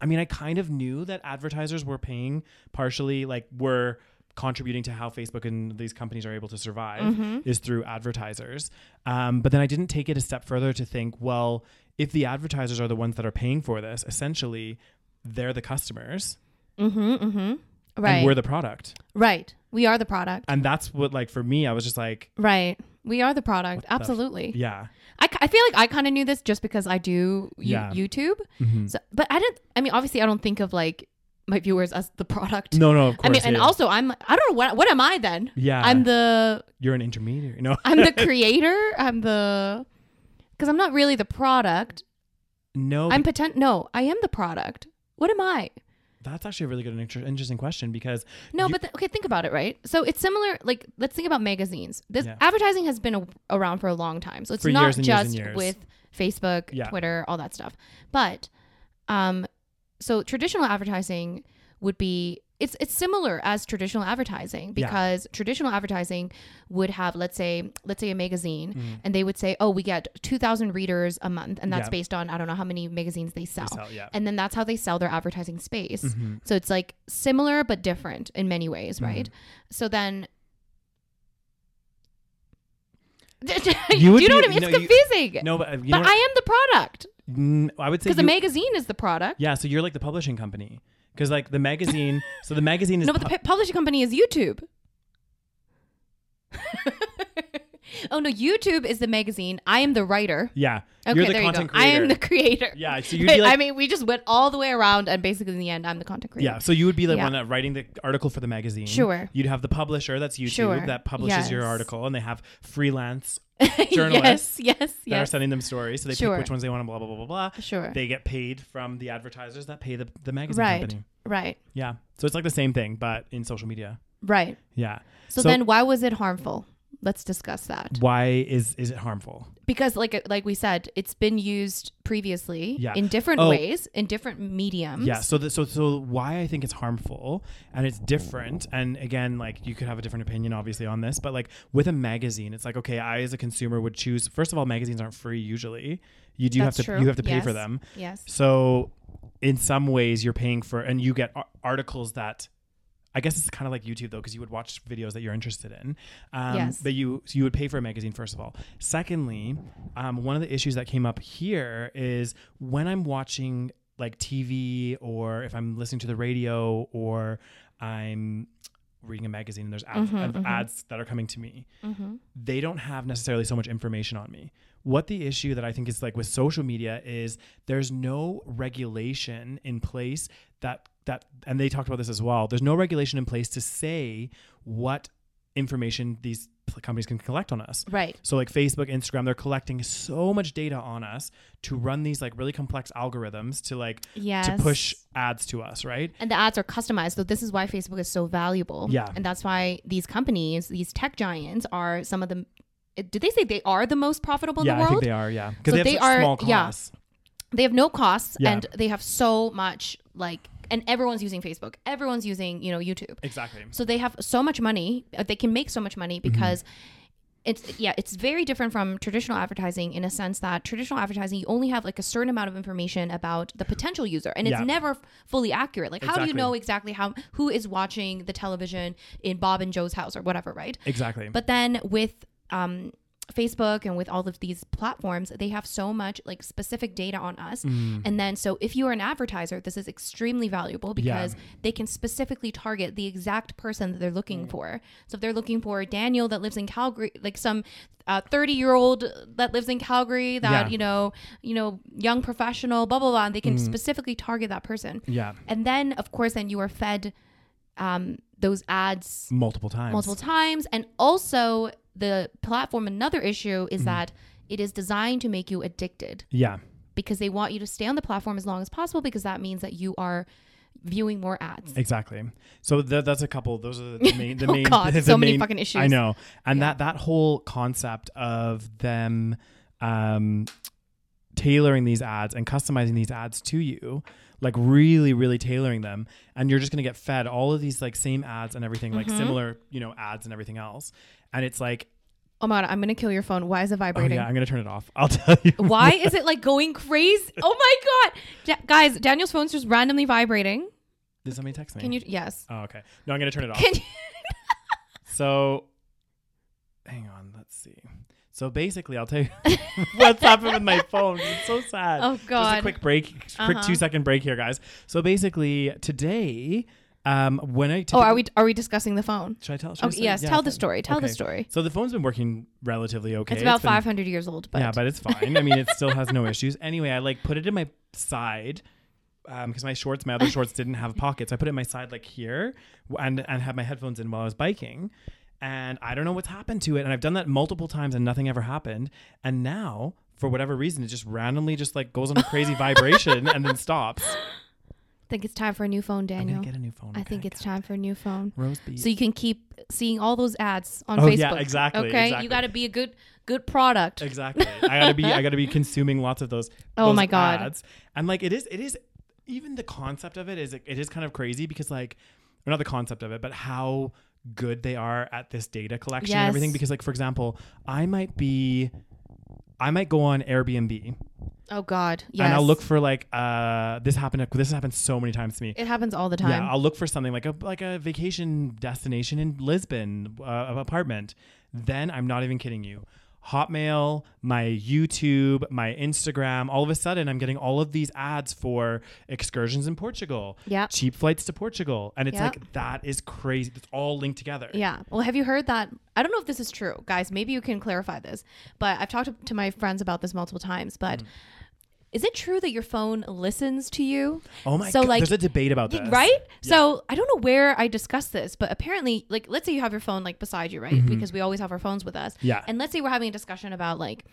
Speaker 1: i mean i kind of knew that advertisers were paying partially like were contributing to how facebook and these companies are able to survive
Speaker 2: Mm-hmm.
Speaker 1: is through advertisers um, but then i didn't take it a step further to think well if the advertisers are the ones that are paying for this essentially they're the customers
Speaker 2: Mhm, mhm. Right.
Speaker 1: and we're the product
Speaker 2: right. We are the product.
Speaker 1: and that's what like for me i was just like
Speaker 2: Right. We are the product. Absolutely.
Speaker 1: yeah
Speaker 2: I, ki- I feel like I kind of knew this just because I do you-
Speaker 1: Yeah. Mm.
Speaker 2: YouTube. So, but I didn't. I mean, obviously, I don't think of like my viewers as the product.
Speaker 1: Mm-hmm. no no of course
Speaker 2: I mean, and
Speaker 1: yeah. Uh,
Speaker 2: also, I'm. I don't know what. What am I then?
Speaker 1: yeah
Speaker 2: I'm the.
Speaker 1: you're an intermediary no
Speaker 2: I'm the creator. I'm the. Because I'm not really the product.
Speaker 1: no
Speaker 2: I'm potent. No, I am the product. What am I?
Speaker 1: that's actually a really good and inter- interesting question because
Speaker 2: No,
Speaker 1: You-
Speaker 2: but th- okay, think about it, right? So it's similar. Like, let's think about magazines. This
Speaker 1: Yeah.
Speaker 2: advertising has been a- around for a long time, so it's
Speaker 1: For
Speaker 2: not
Speaker 1: years and years and
Speaker 2: just
Speaker 1: years.
Speaker 2: with Facebook,
Speaker 1: Yeah.
Speaker 2: Twitter, all that stuff. But, um, so traditional advertising would be it's it's similar as traditional advertising
Speaker 1: Yeah.
Speaker 2: because traditional advertising would have let's say let's say a magazine and they would say oh we get 2000 readers a month and that's
Speaker 1: Yeah.
Speaker 2: based on I don't know how many magazines they sell.
Speaker 1: sell, Mm-hmm. yeah.
Speaker 2: And then that's how they sell their advertising space. So it's like similar but different in many
Speaker 1: Mm-hmm.
Speaker 2: ways, right? So then.
Speaker 1: You would
Speaker 2: Do you know
Speaker 1: be-
Speaker 2: what I mean?
Speaker 1: no,
Speaker 2: It's
Speaker 1: you-
Speaker 2: confusing.
Speaker 1: no but uh, you know
Speaker 2: but I
Speaker 1: what?
Speaker 2: am the product
Speaker 1: Mm, I would say
Speaker 2: because the
Speaker 1: you-
Speaker 2: magazine is the product.
Speaker 1: yeah so you're like the publishing company because like the magazine so the magazine is
Speaker 2: No, but the
Speaker 1: pub-
Speaker 2: pu- publishing company is YouTube. oh no, YouTube is the magazine. I am the writer.
Speaker 1: yeah
Speaker 2: Okay,
Speaker 1: you're the
Speaker 2: there you go.
Speaker 1: content
Speaker 2: I
Speaker 1: creator
Speaker 2: am the creator.
Speaker 1: yeah so you'd
Speaker 2: But,
Speaker 1: be like
Speaker 2: I mean, we just went all the way around, and basically in the end, I'm the content creator.
Speaker 1: yeah, so you would be the
Speaker 2: Yeah.
Speaker 1: one that writing the article for the magazine.
Speaker 2: Sure.
Speaker 1: You'd have the publisher, that's YouTube,
Speaker 2: Sure.
Speaker 1: that publishes your
Speaker 2: Yes.
Speaker 1: article, and they have freelance journalists
Speaker 2: yes, yes,
Speaker 1: that are
Speaker 2: yes.
Speaker 1: sending them stories. So they
Speaker 2: Sure.
Speaker 1: pick which ones they want and blah, blah, blah, blah, blah.
Speaker 2: Sure.
Speaker 1: They get paid from the advertisers that pay the, the magazine
Speaker 2: Right.
Speaker 1: company.
Speaker 2: Right.
Speaker 1: Yeah. So it's like the same thing, but in social media.
Speaker 2: Right.
Speaker 1: Yeah.
Speaker 2: So, then why was it harmful? Let's discuss that.
Speaker 1: why is is it harmful?
Speaker 2: Because like uh, like we said, it's been used previously
Speaker 1: Yeah.
Speaker 2: in different
Speaker 1: Oh.
Speaker 2: ways, in different mediums.
Speaker 1: Yeah. So the, so so why I think it's harmful and it's different. And again, like you could have a different opinion, obviously, on this. But like with a magazine, it's like okay, I as a consumer would choose. First of all, magazines aren't free usually. You do
Speaker 2: That's
Speaker 1: have to
Speaker 2: true.
Speaker 1: you have to pay for
Speaker 2: Yes.
Speaker 1: them.
Speaker 2: Yes.
Speaker 1: So in some ways, you're paying for, and you get ar- articles that I guess it's kind of like YouTube though, because you would watch videos that you're interested in. Um,
Speaker 2: Yes.
Speaker 1: But you so you would pay for a magazine first of all. Secondly, um, one of the issues that came up here is when I'm watching like TV or if I'm listening to the radio or I'm reading a magazine and there's ads,
Speaker 2: Mm-hmm,
Speaker 1: ads that are coming to me they don't have necessarily so much information on me. What the issue that I think is like with social media is there's no regulation in place that that and they talked about this as well. There's no regulation in place to say what information these pl- companies can collect on us.
Speaker 2: Right.
Speaker 1: So like Facebook, Instagram, they're collecting so much data on us to run these like really complex algorithms to like
Speaker 2: Yes.
Speaker 1: to push ads to us, right?
Speaker 2: and the ads are customized. So this is why Facebook is so valuable.
Speaker 1: Yeah.
Speaker 2: And that's why these companies, these tech giants, are some of the. eh, Did they say they are the most profitable
Speaker 1: yeah,
Speaker 2: in the
Speaker 1: I
Speaker 2: world?
Speaker 1: think they are, yeah. Because
Speaker 2: So
Speaker 1: they have
Speaker 2: they
Speaker 1: such
Speaker 2: are-
Speaker 1: small
Speaker 2: yeah.
Speaker 1: costs.
Speaker 2: they have no costs
Speaker 1: Yeah.
Speaker 2: and they have so much like and everyone's using facebook everyone's using you know youtube
Speaker 1: Exactly.
Speaker 2: so they have so much money uh, they can make so much money
Speaker 1: Mm-hmm.
Speaker 2: because it's yeah it's very different from traditional advertising in a sense that traditional advertising you only have like a certain amount of information about the potential user and
Speaker 1: Yeah.
Speaker 2: it's never f- fully accurate like how do you
Speaker 1: Exactly.
Speaker 2: know exactly how who is watching the television in bob and joe's house or whatever right
Speaker 1: Exactly.
Speaker 2: but then with um, Facebook and with all of these platforms, they have so much like specific data on us. And then, so if you are an advertiser, this is extremely valuable because they can specifically target the exact person that they're looking for. So if they're looking for Daniel that lives in Calgary, like some uh, thirty-year-old that lives in Calgary, that
Speaker 1: Yeah.
Speaker 2: you know, you know, young professional, blah blah blah, and they can specifically target that person.
Speaker 1: yeah.
Speaker 2: And then, of course, then you are fed um, those ads
Speaker 1: Multiple times.
Speaker 2: multiple times. And also, the platform, another issue is that it is designed to make you addicted
Speaker 1: Yeah.
Speaker 2: because they want you to stay on the platform as long as possible because that means that you are viewing more ads.
Speaker 1: Exactly. So th- that's a couple. Those are the main. The
Speaker 2: Oh,
Speaker 1: main
Speaker 2: God,
Speaker 1: the
Speaker 2: so many
Speaker 1: main-
Speaker 2: fucking issues.
Speaker 1: I know, and that that whole concept of them um, tailoring these ads and customizing these ads to you, like really, really tailoring them, and you're just gonna get fed all of these like same ads and everything, like
Speaker 2: Mm-hmm.
Speaker 1: similar, you know, ads and everything else, and it's like,
Speaker 2: Oh my God, I'm going to kill your phone. Why is
Speaker 1: oh
Speaker 2: it vibrating?
Speaker 1: yeah, I'm gonna turn it off. I'll tell you.
Speaker 2: Why is it like going crazy? Oh my God. Da- guys, Daniel's phone's just randomly vibrating.
Speaker 1: Did somebody text me?
Speaker 2: Can you? Yes.
Speaker 1: Oh, okay. No, I'm gonna turn it off.
Speaker 2: Can you?
Speaker 1: So, hang on, let's see. So basically, I'll tell you what's happened with my phone. It's so sad.
Speaker 2: Oh,
Speaker 1: Just a
Speaker 2: God.
Speaker 1: quick break, quick
Speaker 2: Uh-huh.
Speaker 1: two second break here, guys. So basically, today, um, when I
Speaker 2: Oh,
Speaker 1: typically-
Speaker 2: are we are we discussing the phone?
Speaker 1: Should I tell? should I
Speaker 2: Okay,
Speaker 1: say-
Speaker 2: yes,
Speaker 1: yeah,
Speaker 2: tell the
Speaker 1: fine.
Speaker 2: story. Tell the
Speaker 1: Okay.
Speaker 2: story.
Speaker 1: So the phone's been working relatively okay.
Speaker 2: It's about
Speaker 1: been-
Speaker 2: 500 years old, but
Speaker 1: yeah, but it's fine. I mean, it still has no issues. Anyway, I like put it in my side because my shorts, my other shorts didn't have pockets. I put it in my side like here, w- and and had my headphones in while I was biking. And I don't know what's happened to it. And I've done that multiple times, and nothing ever happened. And now, for whatever reason, it just randomly just like goes on a crazy vibration and then stops.
Speaker 2: I think it's time for a new phone,
Speaker 1: I'm
Speaker 2: Daniel.
Speaker 1: gonna get a new phone.
Speaker 2: I think
Speaker 1: okay?
Speaker 2: it's time for a new phone.
Speaker 1: Rose beef.
Speaker 2: So you can keep seeing all those ads on
Speaker 1: Oh,
Speaker 2: Facebook.
Speaker 1: yeah, exactly,
Speaker 2: Okay,
Speaker 1: exactly.
Speaker 2: you got to be a good good product.
Speaker 1: Exactly. I gotta be. I gotta be consuming lots of those.
Speaker 2: Oh
Speaker 1: those
Speaker 2: my God.
Speaker 1: Ads. And like it is. It is. Even the concept of it is. It is kind of crazy because like, or not the concept of it, but how good they are at this data collection and
Speaker 2: Yes.
Speaker 1: everything. Because like for example, I might be, I might go on Airbnb
Speaker 2: Oh God, yes.
Speaker 1: and I'll look for like. Uh, this happened. This has happened so many times to me.
Speaker 2: it happens all the time.
Speaker 1: Yeah, I'll look for something like a like a vacation destination in Lisbon, uh, an apartment. Then I'm not even kidding you. Hotmail, my YouTube, my Instagram. All of a sudden, I'm getting all of these ads for excursions in Portugal.
Speaker 2: Yep.
Speaker 1: cheap flights to Portugal, and it's
Speaker 2: Yep.
Speaker 1: like that is crazy. It's all linked together.
Speaker 2: Yeah. Well, have you heard that? I don't know if this is true, guys. Maybe you can clarify this. But I've talked to, to my friends about this multiple times. But
Speaker 1: Mm.
Speaker 2: is it true that your phone listens to you?
Speaker 1: Oh my
Speaker 2: So,
Speaker 1: god!
Speaker 2: like,
Speaker 1: There's a debate about
Speaker 2: Y-
Speaker 1: this,
Speaker 2: Right? So I don't know where I discussed this, but apparently, like, let's say you have your phone like beside you, right? Because we always have our phones with us.
Speaker 1: Mm-hmm. Yeah.
Speaker 2: And let's say we're having a discussion about like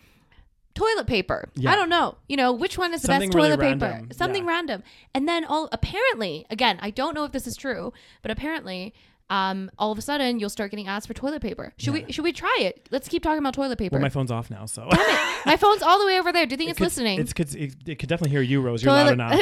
Speaker 2: toilet paper.
Speaker 1: Yeah.
Speaker 2: I don't know. You know, which one is the
Speaker 1: Something
Speaker 2: best
Speaker 1: really
Speaker 2: toilet paper?
Speaker 1: random.
Speaker 2: Something
Speaker 1: Yeah.
Speaker 2: random. And then all apparently, again, I don't know if this is true, but apparently. Um, all of a sudden, you'll start getting ads for toilet paper. Should we? Should we try it? Let's keep talking about toilet paper.
Speaker 1: Well, my phone's off now, so
Speaker 2: my-, phone's all the way over there. Do you think it's
Speaker 1: Could-
Speaker 2: listening?
Speaker 1: It's could it, it could definitely hear you, Rose. You're loud enough.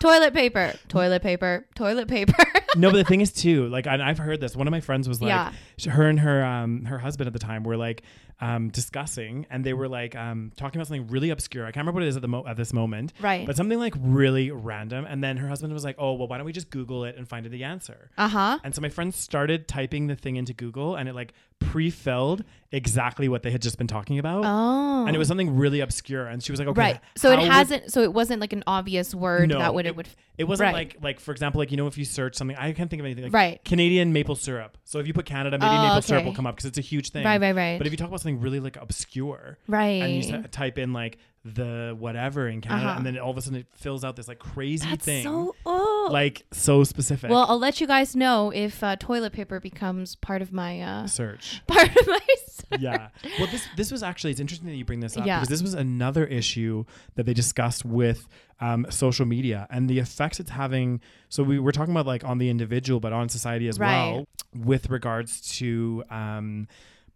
Speaker 2: toilet paper, toilet paper, toilet paper.
Speaker 1: no, but the thing is too, like, and I've heard this. One of my friends was like,
Speaker 2: Yeah.
Speaker 1: sh- her and her um her husband at the time were like um discussing, and they were like um talking about something really obscure. I can't remember what it is at the mo- at this moment,
Speaker 2: Right.
Speaker 1: But something like really random, and then her husband was like, oh well, why don't we just Google it and find the answer?
Speaker 2: Uh huh.
Speaker 1: And so my friends started typing the thing into Google, and it like pre-filled exactly what they had just been talking about.
Speaker 2: Oh.
Speaker 1: And it was something really obscure, and she was like, "Okay,
Speaker 2: right. So it
Speaker 1: how would-
Speaker 2: hasn't. so it wasn't like an obvious word
Speaker 1: No,
Speaker 2: that would
Speaker 1: it-
Speaker 2: it would.
Speaker 1: It wasn't
Speaker 2: Right.
Speaker 1: like like for example, like you know if you search something, I can't think of anything like
Speaker 2: Right.
Speaker 1: Canadian maple syrup. So if you put Canada, maybe
Speaker 2: Oh,
Speaker 1: maple syrup
Speaker 2: okay.
Speaker 1: will come up because it's a huge thing.
Speaker 2: Right, right, right.
Speaker 1: But if you talk about something really like obscure,
Speaker 2: Right.
Speaker 1: and you s- type in like the whatever in Canada,
Speaker 2: Uh-huh.
Speaker 1: and then all of a sudden it fills out this like crazy
Speaker 2: That's
Speaker 1: thing,
Speaker 2: so old.
Speaker 1: like so specific.
Speaker 2: well, I'll let you guys know if uh, toilet paper becomes part of my uh,
Speaker 1: search.
Speaker 2: part of my. search.
Speaker 1: yeah. Well, this this was actually it's interesting that you bring this up
Speaker 2: Yeah.
Speaker 1: because this was another issue that they discussed with um, social media and the effects it's having. So we were talking about like on the individual, but on society as well
Speaker 2: Right.
Speaker 1: with regards to um,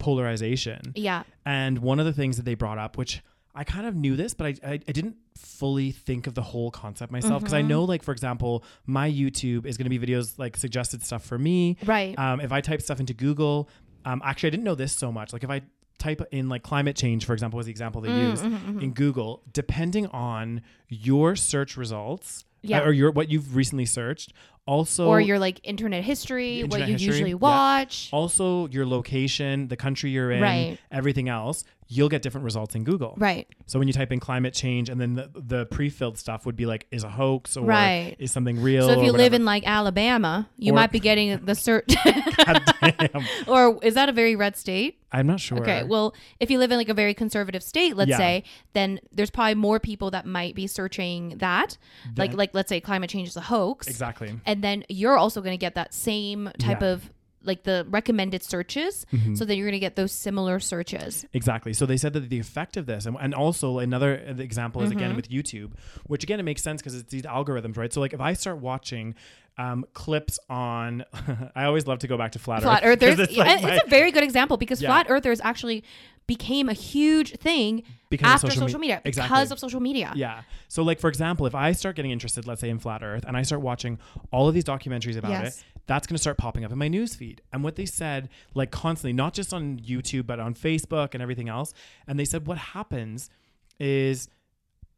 Speaker 1: polarization.
Speaker 2: Yeah.
Speaker 1: And one of the things that they brought up, which I kind of knew this, but I, I, I didn't fully think of the whole concept myself because I
Speaker 2: Mm-hmm.
Speaker 1: know, like, for example, my YouTube is going to be videos like suggested stuff for me.
Speaker 2: Right.
Speaker 1: Um, if I type stuff into Google, um, actually, I didn't know this so much. Like, if I type in like climate change, for example, was the example they
Speaker 2: Mm,
Speaker 1: used in Google, depending on your search results
Speaker 2: Yeah.
Speaker 1: uh, or your what you've recently seurched, also
Speaker 2: or your like internet history,
Speaker 1: Internet
Speaker 2: what you
Speaker 1: history,
Speaker 2: usually
Speaker 1: yeah.
Speaker 2: watch.
Speaker 1: also your location, the country you're in,
Speaker 2: Right.
Speaker 1: everything else, you'll get different results in Google.
Speaker 2: Right.
Speaker 1: So when you type in climate change, and then the, the pre-filled stuff would be like, is a hoax or
Speaker 2: Right.
Speaker 1: is something real?
Speaker 2: So if
Speaker 1: or
Speaker 2: you live
Speaker 1: whatever.
Speaker 2: in like Alabama, you
Speaker 1: Or-
Speaker 2: might be getting the search.
Speaker 1: Damn.
Speaker 2: or is that a very red state?
Speaker 1: I'm not sure.
Speaker 2: Okay. Well, if you live in like a very conservative state, let's
Speaker 1: Yeah.
Speaker 2: say, then there's probably more people that might be searching that. like like let's say climate change is a hoax.
Speaker 1: exactly.
Speaker 2: And then you're also going to get that same type
Speaker 1: Yeah. Mm-hmm.
Speaker 2: of like the recommended searches, so then you're going to get those similar searches.
Speaker 1: Exactly. So they said that the effect of this, and, and also another uh, example is
Speaker 2: Mm-hmm.
Speaker 1: again with YouTube, which again it makes sense because it's these algorithms, right? So like if I start watching um, clips on, I always love to go back to flat,
Speaker 2: Flat
Speaker 1: Earth, 'cause
Speaker 2: earthers.
Speaker 1: It's, like
Speaker 2: And
Speaker 1: my-
Speaker 2: it's a very good example because
Speaker 1: Yeah.
Speaker 2: flat earthers actually became a huge thing
Speaker 1: Because of
Speaker 2: after
Speaker 1: social
Speaker 2: social,
Speaker 1: me-
Speaker 2: media
Speaker 1: Exactly.
Speaker 2: because of social media.
Speaker 1: Yeah. So, like, for example, if I start getting interested, let's say in flat Earth, and I start watching all of these documentaries about
Speaker 2: Yes.
Speaker 1: it, that's going to start popping up in my newsfeed. And what they said, like, constantly, not just on YouTube, but on Facebook and everything else. And they said, what happens is.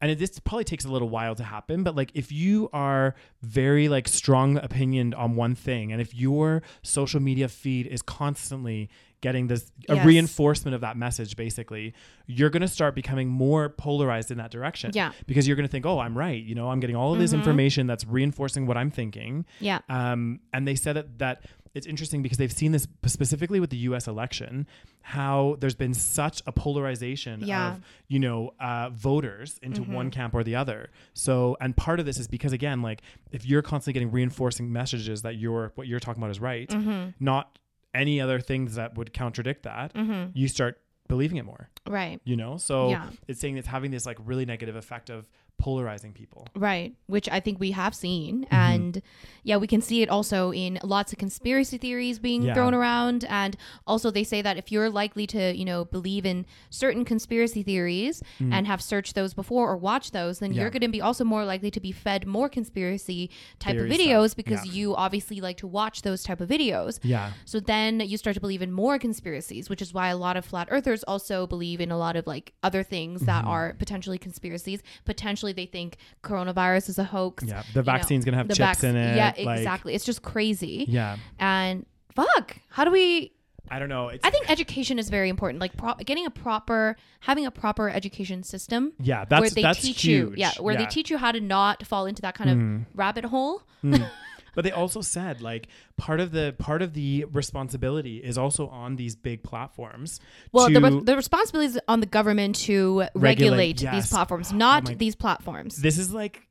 Speaker 1: And it- this probably takes a little while to happen, but like if you are very like strong opinioned on one thing, and if your social media feed is constantly getting this a
Speaker 2: Yes.
Speaker 1: reinforcement of that message, basically, you're gonna start becoming more polarized in that direction
Speaker 2: Yeah.
Speaker 1: because you're going to think, oh, I'm right. You know, I'm getting all of this information that's reinforcing what I'm thinking.
Speaker 2: Yeah.
Speaker 1: Um, and they said that, that it's interesting because they've seen this p- specifically with the U.S. election, how there's been such a polarization
Speaker 2: Yeah.
Speaker 1: of you know uh, voters into one camp or the other. So, and part of this is because again, like if you're constantly getting reinforcing messages that you're what you're talking about is right, not any other things that would contradict that, you start believing it more
Speaker 2: Right.
Speaker 1: you know so
Speaker 2: Yeah.
Speaker 1: it's saying it's having this like really negative effect of polarizing people
Speaker 2: Right, which I think we have seen.
Speaker 1: Mm-hmm.
Speaker 2: And yeah, we can see it also in lots of conspiracy theories being
Speaker 1: Yeah.
Speaker 2: thrown around. And also, they say that if you're likely to, you know, believe in certain conspiracy theories and have searched those before or watched those, then
Speaker 1: Mm. Yeah.
Speaker 2: you're going to be also more likely to be fed more conspiracy type
Speaker 1: Theory
Speaker 2: of
Speaker 1: stuff.
Speaker 2: videos because
Speaker 1: Yeah.
Speaker 2: you obviously like to watch those type of videos.
Speaker 1: yeah
Speaker 2: So then you start to believe in more conspiracies, which is why a lot of flat earthers also believe in a lot of like other things that
Speaker 1: Mm-hmm.
Speaker 2: are potentially conspiracies. Potentially they think coronavirus is a hoax.
Speaker 1: yeah
Speaker 2: you
Speaker 1: the
Speaker 2: know,
Speaker 1: vaccine's gonna have
Speaker 2: the
Speaker 1: chips
Speaker 2: vac-
Speaker 1: in it
Speaker 2: Yeah,
Speaker 1: like-
Speaker 2: exactly. It's just crazy.
Speaker 1: yeah
Speaker 2: And fuck, how do we?
Speaker 1: i don't know it's
Speaker 2: I think education is very important. Like pro- getting a proper, having a proper education system.
Speaker 1: yeah that's
Speaker 2: where they
Speaker 1: that's
Speaker 2: teach
Speaker 1: huge Mm.
Speaker 2: you, yeah, where they teach you how to not fall into that kind of rabbit hole.
Speaker 1: but they also said like part of the part of the responsibility is also on these big platforms
Speaker 2: Well,
Speaker 1: to,
Speaker 2: the, re- the responsibility is on the government to regulate,
Speaker 1: yes. Oh
Speaker 2: these platforms, not
Speaker 1: my-
Speaker 2: these platforms.
Speaker 1: this is like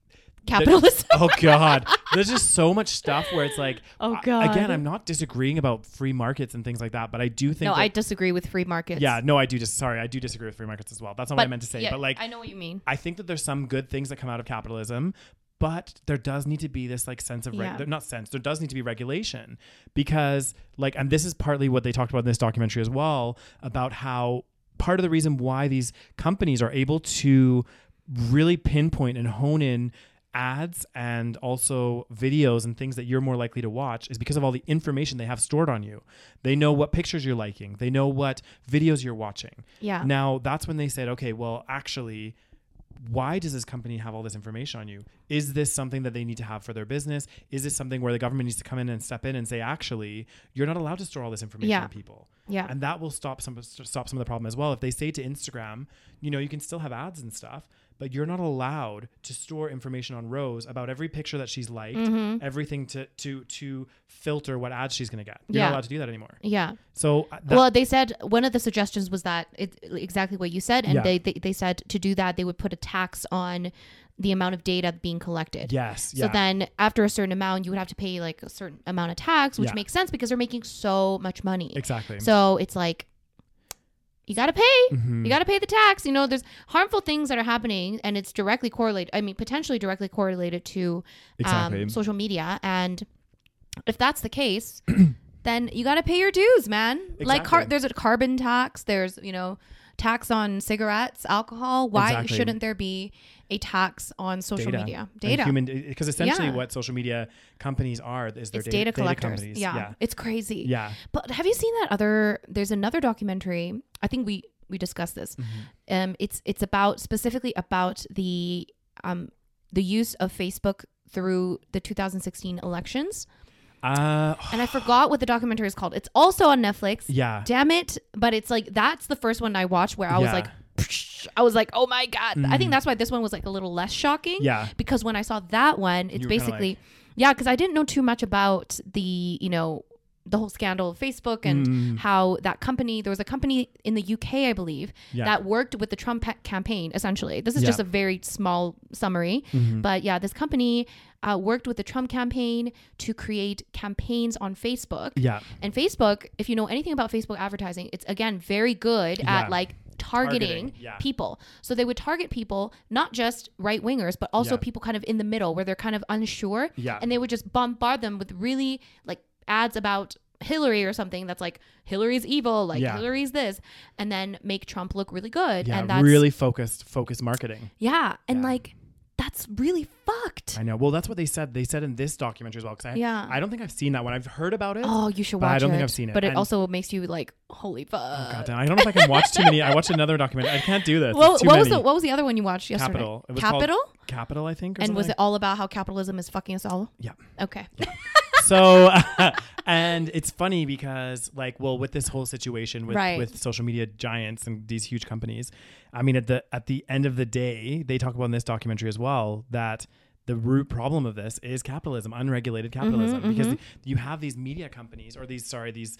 Speaker 2: Capitalism.
Speaker 1: oh god there's just so much stuff where it's like
Speaker 2: Oh,
Speaker 1: I-
Speaker 2: God.
Speaker 1: again i'm not disagreeing about free markets and things like that but i do think
Speaker 2: no,
Speaker 1: that-
Speaker 2: I disagree with free markets.
Speaker 1: yeah no i do just sorry i do disagree with free markets as well that's not what i meant to say
Speaker 2: yeah,
Speaker 1: but like
Speaker 2: I know what you mean.
Speaker 1: I think that there's some good things that come out of capitalism, but there does need to be this like sense of reg-
Speaker 2: Yeah.
Speaker 1: not sense. There does need to be regulation because like and this is partly what they talked about in this documentary as well about how part of the reason why these companies are able to really pinpoint and hone in ads and also videos and things that you're more likely to watch is because of all the information they have stored on you. They know what pictures you're liking, they know what videos you're watching.
Speaker 2: Yeah.
Speaker 1: Now, that's when they said, okay, well, actually, why does this company have all this information on you? Is this something that they need to have for their business? Is this something where the government needs to come in and step in and say, actually, you're not allowed to store all this information
Speaker 2: Yeah.
Speaker 1: on people?
Speaker 2: Yeah.
Speaker 1: And that will stop some stop some of the problem as well. If they say to Instagram, you know, you can still have ads and stuff, but you're not allowed to store information on Rose about every picture that she's liked,
Speaker 2: Mm-hmm.
Speaker 1: everything to to to filter what ads she's going to get. You're
Speaker 2: Yeah.
Speaker 1: not allowed to do that anymore.
Speaker 2: yeah.
Speaker 1: So uh, that,
Speaker 2: well, they said one of the suggestions was that it, exactly what you said, and
Speaker 1: Yeah.
Speaker 2: they, they they said to do that they would put a tax on the amount of data being collected.
Speaker 1: yes,
Speaker 2: So
Speaker 1: yeah.
Speaker 2: then after a certain amount, you would have to pay like a certain amount of tax, which
Speaker 1: Yeah.
Speaker 2: makes sense because they're making so much money.
Speaker 1: exactly.
Speaker 2: So it's like you gotta pay.
Speaker 1: Mm-hmm. Mm.
Speaker 2: You gotta pay the tax. You know, there's harmful things that are happening, and it's directly correlated. I mean, potentially directly correlated to
Speaker 1: Exactly.
Speaker 2: um, social media. And if that's the case, then you gotta pay your dues, man.
Speaker 1: Exactly.
Speaker 2: Like, car- there's a carbon tax. There's you know, tax on cigarettes, alcohol. Why
Speaker 1: Exactly.
Speaker 2: shouldn't there be a tax on social media?
Speaker 1: and
Speaker 2: Data.
Speaker 1: human because essentially
Speaker 2: Yeah.
Speaker 1: what social media companies are is their
Speaker 2: it's data, collectors.
Speaker 1: companies.
Speaker 2: yeah.
Speaker 1: yeah,
Speaker 2: it's crazy.
Speaker 1: yeah.
Speaker 2: But have you seen that other? There's another documentary. I think we we discussed this. Um, it's it's about specifically about the um the use of Facebook through the 2016 elections,
Speaker 1: Uh,
Speaker 2: and I forgot what the documentary is called. It's also on Netflix.
Speaker 1: yeah.
Speaker 2: Damn it! But it's like that's the first one I watched where I was
Speaker 1: Yeah. Mm.
Speaker 2: like, I was like, oh my god! I think that's why this one was like a little less shocking.
Speaker 1: Yeah.
Speaker 2: Because when I saw that one, it's
Speaker 1: You were kinda
Speaker 2: basically, yeah, because I didn't know too much about the you know the whole scandal of Facebook and
Speaker 1: Mm.
Speaker 2: how that company there was a company in the UK I believe
Speaker 1: Yeah.
Speaker 2: that worked with the Trump pa- campaign essentially. This is
Speaker 1: Yeah. Mm-hmm.
Speaker 2: just a very small summary, but yeah, this company uh, worked with the Trump campaign to create campaigns on Facebook.
Speaker 1: Yeah.
Speaker 2: And Facebook, if you know anything about Facebook advertising, it's again very good
Speaker 1: Yeah.
Speaker 2: at like targeting,
Speaker 1: Targeting, yeah.
Speaker 2: people. So they would target people, not just right wingers, but also
Speaker 1: Yeah.
Speaker 2: people kind of in the middle where they're kind of unsure.
Speaker 1: Yeah.
Speaker 2: And they would just bombard them with really like ads about Hillary or something that's like Hillary's evil, like
Speaker 1: Yeah.
Speaker 2: Hillary's this, and then make Trump look really good.
Speaker 1: Yeah,
Speaker 2: and that's
Speaker 1: really focused, focused marketing.
Speaker 2: yeah, and
Speaker 1: Yeah.
Speaker 2: like that's really fucked.
Speaker 1: I know. Well, that's what they said. They said in this documentary as well. Because I,
Speaker 2: Yeah.
Speaker 1: I don't think I've seen that one. I've heard about it.
Speaker 2: Oh, you should
Speaker 1: But
Speaker 2: watch it.
Speaker 1: I don't think I've seen it.
Speaker 2: But it
Speaker 1: And-
Speaker 2: also makes you like, holy fuck.
Speaker 1: God damn, I don't know if I can watch too many. I watched another documentary. I can't do this.
Speaker 2: What,
Speaker 1: It's too
Speaker 2: what
Speaker 1: many.
Speaker 2: was the what was the other one you watched yesterday?
Speaker 1: Capital? It was called-
Speaker 2: Capital?
Speaker 1: Capital, I think. Or
Speaker 2: And
Speaker 1: something
Speaker 2: was it
Speaker 1: like-
Speaker 2: all about how capitalism is fucking us all?
Speaker 1: Yeah.
Speaker 2: Okay.
Speaker 1: so and it's funny because like well with this whole situation with
Speaker 2: Right.
Speaker 1: with social media giants and these huge companies i mean at the at the end of the day they talk about in this documentary as well that the root problem of this is capitalism unregulated
Speaker 2: Mm-hmm,
Speaker 1: capitalism because you have these media companies or these sorry these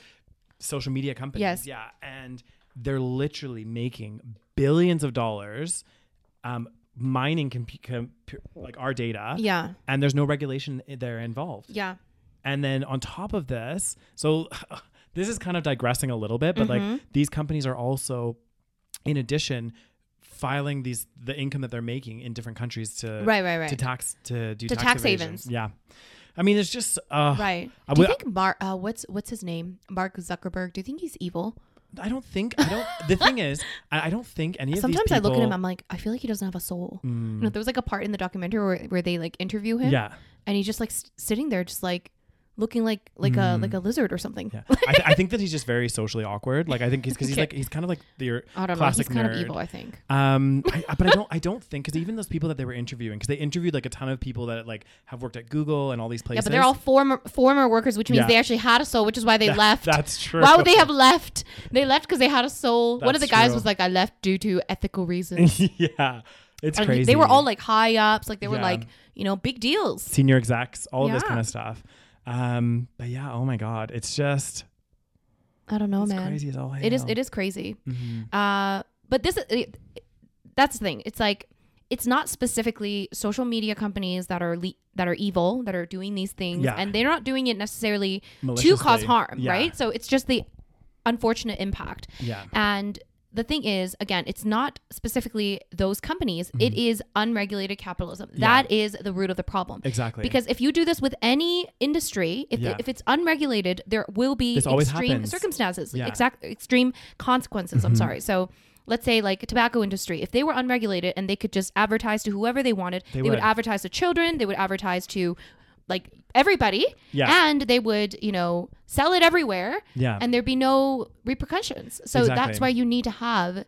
Speaker 1: social media companies
Speaker 2: Yes.
Speaker 1: yeah and they're literally making billions of dollars um mining compu com- like our data
Speaker 2: Yeah.
Speaker 1: and there's no regulation there involved
Speaker 2: Yeah.
Speaker 1: and then on top of this, so this is kind of digressing a little bit, but
Speaker 2: Mm-hmm.
Speaker 1: like these companies are also, in addition, filing these the income that they're making in different countries to
Speaker 2: Right, right, right.
Speaker 1: to tax to do
Speaker 2: To
Speaker 1: tax,
Speaker 2: tax
Speaker 1: evasion.
Speaker 2: havens.
Speaker 1: Yeah, I mean it's just uh,
Speaker 2: Right.
Speaker 1: I
Speaker 2: Do you
Speaker 1: would-
Speaker 2: think Mark uh, what's what's his name? Mark Zuckerberg. Do you think he's evil?
Speaker 1: I don't think I don't. the thing is, I, I don't think any of these
Speaker 2: Sometimes I look at him,
Speaker 1: people- Mm.
Speaker 2: I'm like, I feel like he doesn't have a soul. You know, there was like a part in the documentary where, where they like interview him
Speaker 1: yeah,
Speaker 2: and he's just like s- sitting there just like looking like like a like a lizard or something.
Speaker 1: Mm. yeah. I, th- I think that he's just very socially awkward. Like I think he's because he's
Speaker 2: Okay.
Speaker 1: like he's kind of like the
Speaker 2: I don't know. He's
Speaker 1: classic
Speaker 2: kind
Speaker 1: nerd.
Speaker 2: of evil, I think.
Speaker 1: Um, I, I- but I don't, I don't think because even those people that they were interviewing, because they interviewed like a ton of people that like have worked at Google and all these
Speaker 2: Yeah,
Speaker 1: places.
Speaker 2: but they're all former former workers, which means
Speaker 1: Yeah.
Speaker 2: they actually had a soul, which is why they
Speaker 1: That-
Speaker 2: left.
Speaker 1: That's true.
Speaker 2: Why would they have left? They left because they had a soul. One of the
Speaker 1: That's
Speaker 2: guys
Speaker 1: true.
Speaker 2: was like, "I left due to ethical reasons."
Speaker 1: yeah, it's
Speaker 2: And
Speaker 1: crazy.
Speaker 2: They were all like high ups, like they were
Speaker 1: Yeah.
Speaker 2: like you know big deals.
Speaker 1: senior execs, all of this
Speaker 2: Yeah.
Speaker 1: kind of stuff. Um, but yeah, oh my god, it's just
Speaker 2: I don't know,
Speaker 1: it's
Speaker 2: Oh, man.
Speaker 1: crazy as all hell.
Speaker 2: It is it is crazy.
Speaker 1: Mhm.
Speaker 2: Uh, but this it, that's the thing. It's like it's not specifically social media companies that are le- that are evil that are doing these things,
Speaker 1: Yeah.
Speaker 2: and they're not doing it necessarily to cause
Speaker 1: Maliciously.
Speaker 2: harm,
Speaker 1: Yeah.
Speaker 2: right? So it's just the unfortunate impact.
Speaker 1: Yeah,
Speaker 2: And the thing is, again, it's not specifically those companies. It is unregulated capitalism.
Speaker 1: Mm-hmm. Yeah.
Speaker 2: That is the root of the problem.
Speaker 1: exactly.
Speaker 2: Because if you do this with any industry, if,
Speaker 1: Yeah.
Speaker 2: if it's unregulated, there will be
Speaker 1: This always
Speaker 2: extreme
Speaker 1: happens.
Speaker 2: circumstances,
Speaker 1: Yeah. Mm-hmm.
Speaker 2: exact extreme consequences. I'm sorry. So let's say like tobacco industry, if they were unregulated and they could just advertise to whoever they wanted,
Speaker 1: They
Speaker 2: they, would.
Speaker 1: would.
Speaker 2: advertise to children, they would advertise to like everybody,
Speaker 1: Yeah.
Speaker 2: and they would you know sell it everywhere,
Speaker 1: Yeah.
Speaker 2: and there'd be no repercussions. So
Speaker 1: Exactly.
Speaker 2: that's why you need to have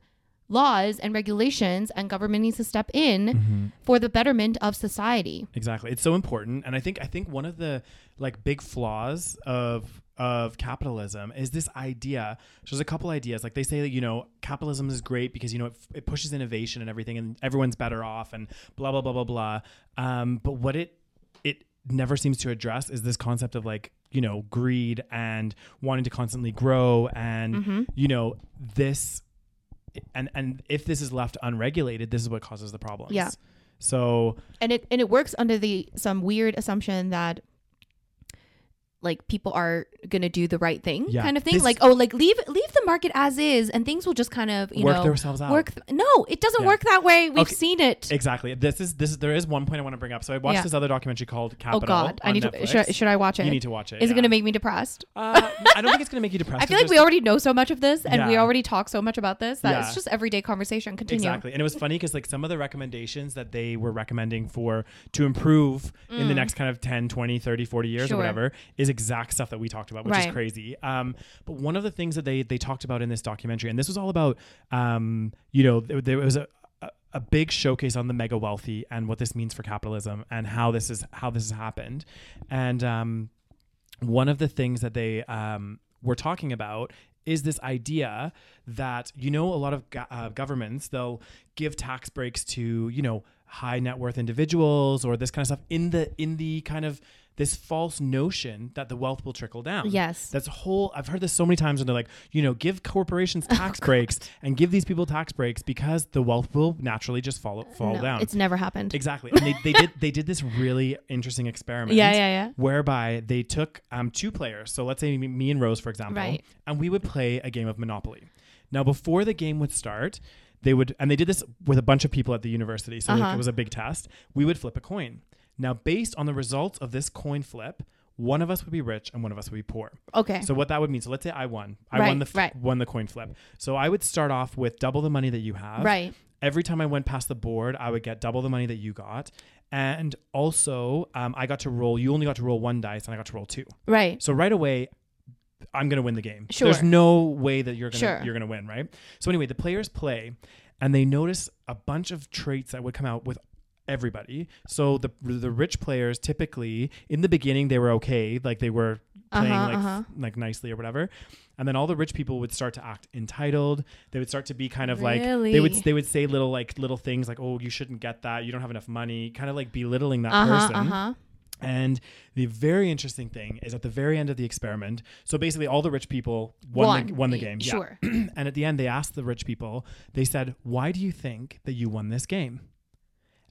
Speaker 2: laws and regulations, and government needs to step in
Speaker 1: Mm-hmm.
Speaker 2: for the betterment of society.
Speaker 1: Exactly. It's so important. And I think I think one of the like big flaws of of capitalism is this idea. So there's a couple ideas. Like they say that, you know, capitalism is great because you know it, it pushes innovation and everything and everyone's better off and blah blah blah blah blah. Um, but what it it never seems to address is this concept of like, you know, greed and wanting to constantly grow and you know, this and and if this is left unregulated, this is what causes the problems.
Speaker 2: Yeah.
Speaker 1: So
Speaker 2: and it and it works under the some weird assumption that like people are gonna do the right thing
Speaker 1: Yeah.
Speaker 2: kind of thing
Speaker 1: This-
Speaker 2: like oh like leave leave the market as is and things will just kind of you
Speaker 1: Work
Speaker 2: know
Speaker 1: themselves out.
Speaker 2: work th- no it doesn't
Speaker 1: Yeah.
Speaker 2: work that way we've
Speaker 1: Okay.
Speaker 2: seen it
Speaker 1: Exactly. This is this is there is one point I want to bring up. So I watched
Speaker 2: Yeah.
Speaker 1: this other documentary called
Speaker 2: oh
Speaker 1: Capital.
Speaker 2: god i
Speaker 1: on
Speaker 2: need to
Speaker 1: Netflix.
Speaker 2: should, should i watch it
Speaker 1: You need to watch it.
Speaker 2: is it
Speaker 1: yeah.
Speaker 2: gonna make me depressed
Speaker 1: Uh, I don't think it's gonna make you depressed.
Speaker 2: i feel
Speaker 1: It's
Speaker 2: like we
Speaker 1: just-
Speaker 2: already know so much of this and we
Speaker 1: Yeah.
Speaker 2: already talk so much about this that
Speaker 1: Yeah.
Speaker 2: it's just everyday conversation continue
Speaker 1: exactly. And it was funny because like some of the recommendations that they were recommending for to improve in the next kind of 10, 20, 30, 40 years or
Speaker 2: Mm. Sure.
Speaker 1: whatever is exact stuff that we talked about, which is
Speaker 2: Right.
Speaker 1: crazy. Um, but one of the things that they they talked about in this documentary, and this was all about, um, you know, there, there was a a- a big showcase on the mega wealthy and what this means for capitalism and how this is how this has happened, and um, one of the things that they um, were talking about is this idea that you know a lot of go- uh, governments they'll give tax breaks to you know high net worth individuals or this kind of stuff in the in the kind of this false notion that the wealth will trickle down.
Speaker 2: Yes.
Speaker 1: That's a whole I've heard this so many times when they're like, you know, give corporations
Speaker 2: Oh,
Speaker 1: tax breaks and give these people tax breaks because the wealth will naturally just fall fall
Speaker 2: No,
Speaker 1: down.
Speaker 2: it's never happened
Speaker 1: Exactly. And they, they did they did this really interesting experiment.
Speaker 2: Yeah, yeah, yeah.
Speaker 1: Whereby they took um, two players. So let's say me- me and Rose, for example,
Speaker 2: Right.
Speaker 1: and we would play a game of Monopoly. Now before the game would start, they would and they did this with a bunch of people at the university. So like,
Speaker 2: Uh-huh.
Speaker 1: it was a big test. We would flip a coin. Now based on the results of this coin flip, one of us would be rich and one of us would be poor.
Speaker 2: okay
Speaker 1: So what that would mean? So let's say I won. I
Speaker 2: Right,
Speaker 1: won the f-
Speaker 2: right.
Speaker 1: won the coin flip. So I would start off with double the money that you have.
Speaker 2: Right.
Speaker 1: Every time I went past the board, I would get double the money that you got, and also um, I got to roll. You only got to roll one dice, and I got to roll two.
Speaker 2: right
Speaker 1: So right away, I'm gonna win the game.
Speaker 2: Sure.
Speaker 1: There's no way that you're gonna
Speaker 2: Sure.
Speaker 1: you're gonna win, right? So anyway, the players play, and they notice a bunch of traits that would come out with everybody. So the the rich players typically in the beginning they were okay, like they were playing
Speaker 2: Uh-huh,
Speaker 1: like
Speaker 2: uh-huh.
Speaker 1: like nicely or whatever. And then all the rich people would start to act entitled. They would start to be kind of like they would
Speaker 2: Really?
Speaker 1: they would say little like little things like oh you shouldn't get that, you don't have enough money, kind of like belittling that
Speaker 2: uh-huh
Speaker 1: person.
Speaker 2: uh-huh
Speaker 1: And the very interesting thing is at the very end of the experiment, so basically all the rich people won, The, won the game. yeah.
Speaker 2: sure
Speaker 1: and at the end, they asked the rich people, they said, Why do you think that you won this game?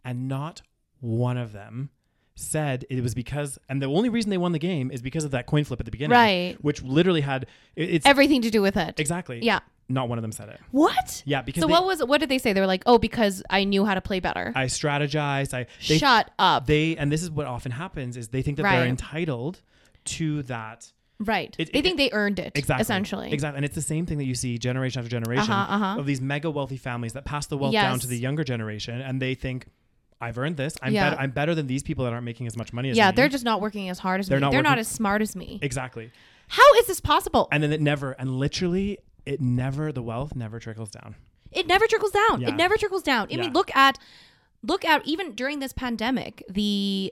Speaker 1: And not one of them said it was because, and the only reason they won the game is because of that coin flip at the beginning.
Speaker 2: Right.
Speaker 1: Which literally had, it- it's
Speaker 2: everything to do with it
Speaker 1: exactly.
Speaker 2: yeah
Speaker 1: Not one of them said it.
Speaker 2: what
Speaker 1: Yeah. Because
Speaker 2: So
Speaker 1: they-
Speaker 2: what was what did they say? They were like, "Oh, because I knew how to play better."
Speaker 1: I strategized, I, they
Speaker 2: Shut up.
Speaker 1: they and this is what often happens is they think that they're
Speaker 2: Right.
Speaker 1: entitled to that
Speaker 2: right.
Speaker 1: It-
Speaker 2: they
Speaker 1: it-
Speaker 2: think they earned it.
Speaker 1: Exactly.
Speaker 2: Essentially.
Speaker 1: Exactly. And it's the same thing that you see generation after generation
Speaker 2: Uh-huh, uh-huh.
Speaker 1: of these mega wealthy families that pass the wealth down
Speaker 2: Yes.
Speaker 1: to the younger generation and they think, I've earned this. I'm,
Speaker 2: Yeah.
Speaker 1: better, I'm better than these people that aren't making as much money as
Speaker 2: Yeah,
Speaker 1: me.
Speaker 2: they're just not working as hard as
Speaker 1: They're
Speaker 2: me.
Speaker 1: not
Speaker 2: they're not
Speaker 1: working-
Speaker 2: as smart as me.
Speaker 1: Exactly.
Speaker 2: How is this possible?
Speaker 1: And then it never, and literally, it never, the wealth never trickles down.
Speaker 2: it never trickles down.
Speaker 1: Yeah.
Speaker 2: It never trickles down. I
Speaker 1: Yeah.
Speaker 2: mean, look at look at even during this pandemic, the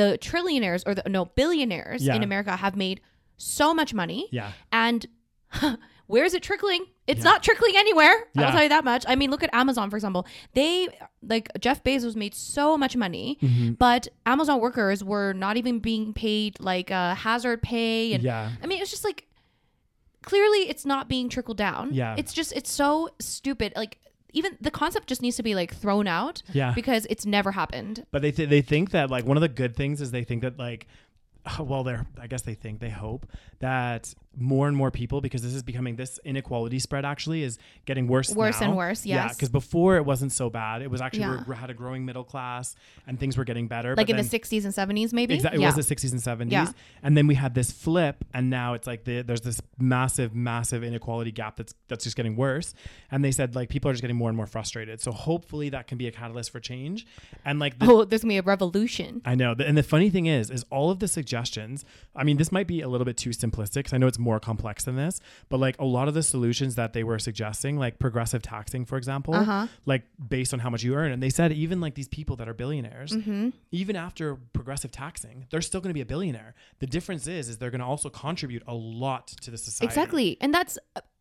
Speaker 2: the trillionaires or the no billionaires
Speaker 1: Yeah.
Speaker 2: in America have made so much money.
Speaker 1: Yeah.
Speaker 2: And where is it trickling? It's
Speaker 1: Yeah.
Speaker 2: not trickling anywhere.
Speaker 1: Yeah.
Speaker 2: I'll tell you that much. I mean, look at Amazon, for example. They, like, Jeff Bezos made so much money,
Speaker 1: Mm.
Speaker 2: but Amazon workers were not even being paid, like, uh, hazard pay. And
Speaker 1: Yeah.
Speaker 2: I mean, it's just like, clearly it's not being trickled down.
Speaker 1: Yeah.
Speaker 2: It's just, it's so stupid. Like, even the concept just needs to be, like, thrown out
Speaker 1: Yeah.
Speaker 2: because it's never happened.
Speaker 1: But they th- they think that like one of the good things is they think that like well they're I guess they think they hope that more and more people because this is becoming this inequality spread actually is getting worse
Speaker 2: Worse
Speaker 1: now.
Speaker 2: and worse,
Speaker 1: yeah
Speaker 2: yes.
Speaker 1: because before it wasn't so bad it was actually
Speaker 2: Yeah.
Speaker 1: we had a growing middle class and things were getting better
Speaker 2: like
Speaker 1: but
Speaker 2: in the
Speaker 1: then-
Speaker 2: 60s and 70s, maybe.
Speaker 1: Exactly.
Speaker 2: yeah.
Speaker 1: It was the 60s and 70s.
Speaker 2: Yeah.
Speaker 1: And then we had this flip and now it's like the, there's this massive massive inequality gap that's that's just getting worse and they said like people are just getting more and more frustrated. So hopefully that can be a catalyst for change. And like the,
Speaker 2: oh, there's gonna be a revolution.
Speaker 1: I know. And the funny thing is, is all of the suggestions. I mean, this might be a little bit too simplistic. 'cause I know it's more complex than this, but like a lot of the solutions that they were suggesting, like progressive taxing, for example,
Speaker 2: Uh-huh.
Speaker 1: like based on how much you earn. And they said even like these people that are billionaires,
Speaker 2: Mm-hmm.
Speaker 1: even after progressive taxing, they're still going to be a billionaire. The difference is, is they're going to also contribute a lot to the society.
Speaker 2: Exactly. And that's,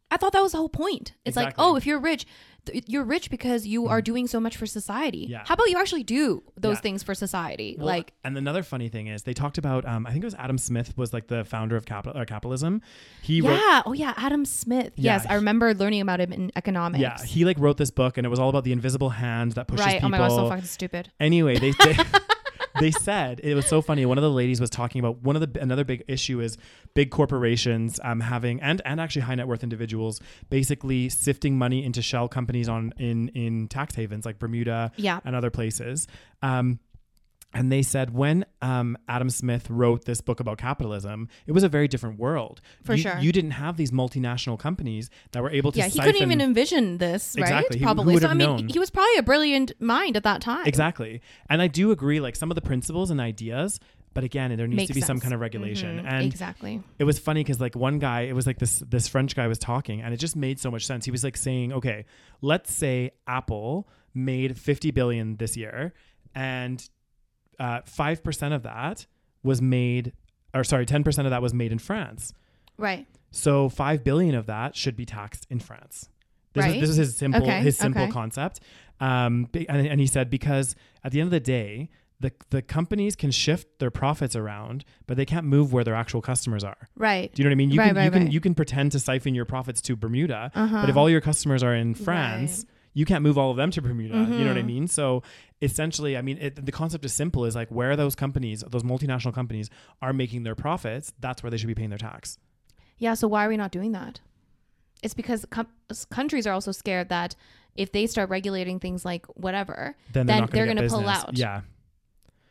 Speaker 2: I thought that was the whole point. It's like,
Speaker 1: Exactly. Mm-hmm.
Speaker 2: oh, if you're rich, th- you're rich because you are doing so much for society.
Speaker 1: Yeah.
Speaker 2: How about you actually do those
Speaker 1: Yeah.
Speaker 2: things for society?
Speaker 1: Well,
Speaker 2: like,
Speaker 1: and another funny thing is they talked about. Um, I think it was Adam Smith was like the founder of capital, uh, capitalism. He wrote
Speaker 2: yeah. Oh, yeah. Adam Smith.
Speaker 1: Yeah,
Speaker 2: yes. I
Speaker 1: he-
Speaker 2: remember learning about him in economics.
Speaker 1: Yeah, he like wrote this book, and it was all about the invisible hand that pushes
Speaker 2: right.
Speaker 1: people.
Speaker 2: Oh, my God. So fucking stupid.
Speaker 1: Anyway, they they, they said it was so funny. One of the ladies was talking about one of the another big issue is big corporations um, having and and actually high net worth individuals basically sifting money into shell companies on in in tax havens like Bermuda
Speaker 2: Yeah.
Speaker 1: and other places. Um, and they said when um, Adam Smith wrote this book about capitalism, it was a very different world.
Speaker 2: For
Speaker 1: You-
Speaker 2: sure.
Speaker 1: You didn't have these multinational companies that were able to
Speaker 2: Yeah. He
Speaker 1: siphon
Speaker 2: couldn't even envision this, right?
Speaker 1: Exactly. He- who
Speaker 2: Probably.
Speaker 1: would
Speaker 2: so,
Speaker 1: have
Speaker 2: I mean,
Speaker 1: known?
Speaker 2: he was probably a brilliant mind at that time.
Speaker 1: Exactly. And I do agree, like some of the principles and ideas, but again, there needs
Speaker 2: Makes
Speaker 1: to be some
Speaker 2: sense.
Speaker 1: kind of regulation.
Speaker 2: Mhm,
Speaker 1: And
Speaker 2: exactly.
Speaker 1: it was funny because like one guy, it was like this this French guy was talking, and it just made so much sense. He was like saying, okay, let's say Apple made fifty billion this year, and uh, five percent of that was made, or sorry, ten percent of that was made in France.
Speaker 2: Right.
Speaker 1: So five billion of that should be taxed in France. This,
Speaker 2: Right.
Speaker 1: is, this is his simple
Speaker 2: Okay,
Speaker 1: his simple
Speaker 2: okay.
Speaker 1: concept. Um, b- and, and he said because at the end of the day, the the companies can shift their profits around, but they can't move where their actual customers are.
Speaker 2: Right.
Speaker 1: Do you know what I mean? You
Speaker 2: Right,
Speaker 1: can
Speaker 2: right,
Speaker 1: you can
Speaker 2: right. Uh-huh.
Speaker 1: you can pretend to siphon your profits to Bermuda, but if all your customers are in France, you can't move all of them to Bermuda. You know
Speaker 2: Mm-hmm.
Speaker 1: what I mean? So essentially, I mean it, the concept is simple: is like where those companies, those multinational companies, are making their profits. That's where they should be paying their tax.
Speaker 2: Yeah, so why are we not doing that? It's because com- s- countries are also scared that if they start regulating things like whatever,
Speaker 1: Then they're
Speaker 2: then
Speaker 1: not
Speaker 2: they're
Speaker 1: going to
Speaker 2: going to pull out.
Speaker 1: Yeah.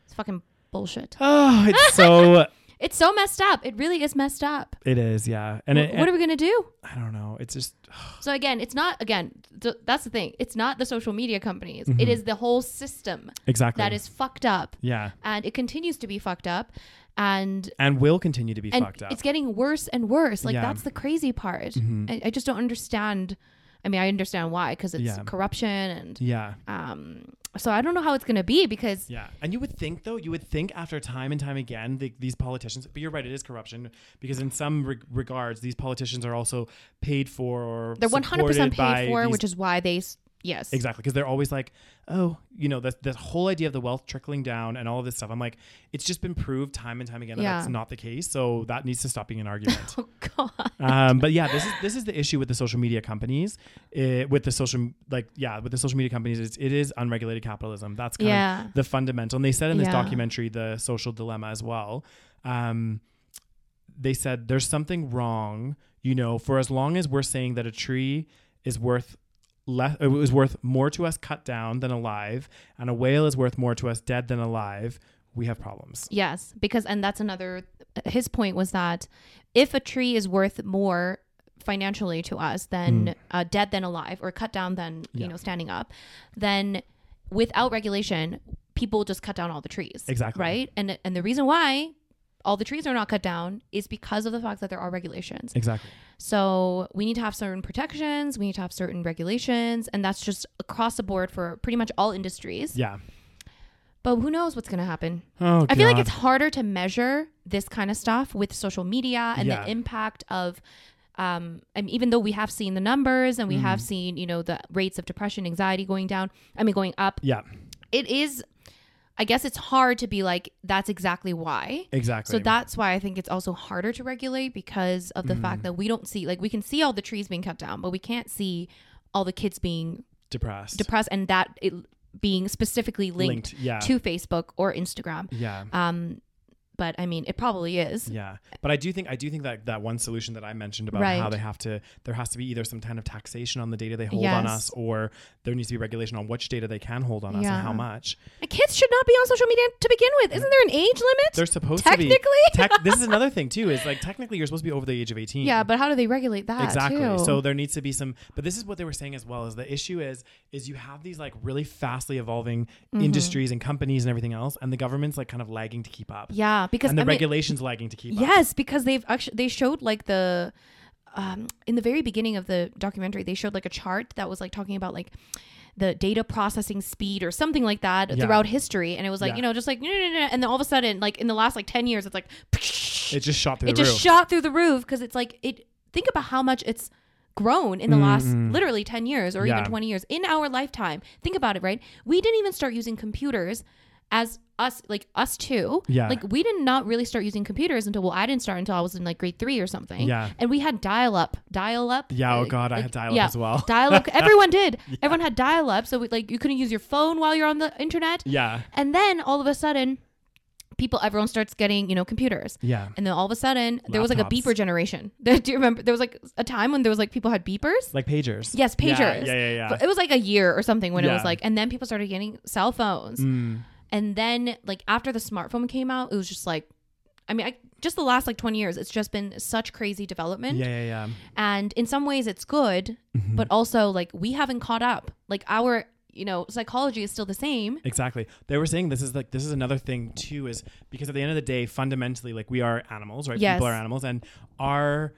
Speaker 2: It's fucking bullshit.
Speaker 1: Oh, it's so.
Speaker 2: It's so messed up. It really is messed up.
Speaker 1: it is, yeah. And it,
Speaker 2: Wh- what are we going to do?
Speaker 1: I don't know. It's just
Speaker 2: So again, it's not again, th- that's the thing. It's not the social media companies.
Speaker 1: Mm-hmm.
Speaker 2: It is the whole system
Speaker 1: exactly
Speaker 2: that is fucked up
Speaker 1: Yeah,
Speaker 2: and it continues to be fucked up and
Speaker 1: and will continue to be
Speaker 2: and
Speaker 1: fucked up.
Speaker 2: it's getting worse and worse. Like
Speaker 1: Yeah. Mm-hmm.
Speaker 2: that's the crazy part. I, I just don't understand. I mean, I understand why because it's
Speaker 1: Yeah.
Speaker 2: corruption and
Speaker 1: yeah,
Speaker 2: um. So I don't know how it's gonna be because
Speaker 1: yeah. And you would think though, you would think after time and time again, the, these politicians. But you're right, it is corruption because in some reg- regards, these politicians are also paid for or
Speaker 2: they're one hundred percent
Speaker 1: supported by
Speaker 2: paid for,
Speaker 1: these-
Speaker 2: which is why they s- yes
Speaker 1: Exactly, because they're always like, oh, you know, that that whole idea of the wealth trickling down and all of this stuff. I'm like, it's just been proved time and time again that
Speaker 2: Yeah.
Speaker 1: that's not the case. So that needs to stop being an argument.
Speaker 2: Oh god.
Speaker 1: um, but yeah, this is this is the issue with the social media companies, uh, with the social like yeah, with the social media companies, it's, it is unregulated capitalism. That's kind
Speaker 2: Yeah.
Speaker 1: of the fundamental. And they said in this
Speaker 2: Yeah.
Speaker 1: documentary, the social dilemma as well. Um, they said there's something wrong. You know, for as long as we're saying that a tree is worth less, it was worth more to us cut down than alive, and a whale is worth more to us dead than alive. We have problems.
Speaker 2: Yes, because and that's another. His point was that if a tree is worth more financially to us than uh, dead than alive or cut down than
Speaker 1: Mm. Yeah.
Speaker 2: you know standing up, then without regulation, people just cut down all the trees.
Speaker 1: Exactly.
Speaker 2: Right, and and the reason why all the trees are not cut down is because of the fact that there are regulations.
Speaker 1: Exactly.
Speaker 2: So we need to have certain protections, we need to have certain regulations, and that's just across the board for pretty much all industries.
Speaker 1: Yeah.
Speaker 2: But who knows what's going to happen?
Speaker 1: Oh,
Speaker 2: I feel like
Speaker 1: God.
Speaker 2: it's harder to measure this kind of stuff with social media and
Speaker 1: Yeah.
Speaker 2: the impact of. Um, and even though we have seen the numbers and we have
Speaker 1: Mm-hmm.
Speaker 2: seen, you know, the rates of depression, anxiety going down, I mean, going up,
Speaker 1: yeah.
Speaker 2: it is, I guess it's hard to be like, that's exactly why.
Speaker 1: Exactly.
Speaker 2: So that's why I think it's also harder to regulate because of the
Speaker 1: Mm.
Speaker 2: fact that we don't see, like, we can see all the trees being cut down, but we can't see all the kids being
Speaker 1: depressed.
Speaker 2: depressed and that it being specifically linked,
Speaker 1: Yeah. Mm.
Speaker 2: to Facebook or Instagram
Speaker 1: yeah.
Speaker 2: um but I mean, it probably is.
Speaker 1: Yeah, but I do think I do think that that one solution that I mentioned about
Speaker 2: Right.
Speaker 1: how they have to there has to be either some kind of taxation on the data they hold on
Speaker 2: Yes.
Speaker 1: us, or there needs to be regulation on which data they can hold on us
Speaker 2: Yeah.
Speaker 1: and how much.
Speaker 2: And kids should not be on social media to begin with. Isn't there an age limit?
Speaker 1: They're supposed to
Speaker 2: Technically?
Speaker 1: be tec- This is another thing too. Is like technically you're supposed to be over the age of eighteen.
Speaker 2: yeah, but how do they regulate that?
Speaker 1: exactly
Speaker 2: too?
Speaker 1: so there needs to be some but this is what they were saying as well is the issue is is you have these like really fastly evolving
Speaker 2: Mm-hmm.
Speaker 1: industries and companies and everything else and the government's like kind of lagging to keep up
Speaker 2: yeah, because
Speaker 1: and the
Speaker 2: I mean,
Speaker 1: regulations lagging to keep up
Speaker 2: Yes, because they've actually they showed like the um in the very beginning of the documentary they showed like a chart that was like talking about like the data processing speed or something like that
Speaker 1: Yeah.
Speaker 2: throughout history and it was like
Speaker 1: Yeah.
Speaker 2: you know just like no no no and then all of a sudden like in the last like 10 years it's like
Speaker 1: it just shot through
Speaker 2: it
Speaker 1: the
Speaker 2: just
Speaker 1: roof
Speaker 2: shot through the roof because it's like it think about how much it's grown in the last literally 10 years or
Speaker 1: Mm-hmm. Yeah.
Speaker 2: even 20 years in our lifetime think about it right we didn't even start using computers as us like us two
Speaker 1: Yeah.
Speaker 2: like we did not really start using computers until well i didn't start until i was in like grade three or something
Speaker 1: Yeah.
Speaker 2: and we had dial-up dial-up
Speaker 1: yeah oh
Speaker 2: uh,
Speaker 1: god i
Speaker 2: like-
Speaker 1: had dial-up
Speaker 2: yeah.
Speaker 1: as well
Speaker 2: dial-up everyone did everyone had dial-up so we, like you couldn't use your phone while you're on the internet
Speaker 1: yeah
Speaker 2: and then all of a sudden people everyone starts getting you know computers
Speaker 1: yeah
Speaker 2: and then all of a sudden, there was like a
Speaker 1: Laptops.
Speaker 2: beeper generation. Do you remember? There was like a time when there was like people had beepers.
Speaker 1: like pagers
Speaker 2: Yes,
Speaker 1: Yeah,
Speaker 2: pagers.
Speaker 1: yeah yeah yeah,
Speaker 2: But It was like a year or something when it
Speaker 1: Yeah.
Speaker 2: was like, and then people started getting cell phones.
Speaker 1: Mm.
Speaker 2: And then, like, after the smartphone came out, it was just like, I mean, I, just the last like 20 years, it's just been such crazy development.
Speaker 1: yeah Mm-hmm. yeah yeah
Speaker 2: And in some ways, it's good, but also like we haven't caught up. Like, our, you know, psychology is still the same.
Speaker 1: Exactly. They were saying this is like this is another thing too is because at the end of the day, fundamentally, like we are animals, right?
Speaker 2: Yes.
Speaker 1: People are animals, and our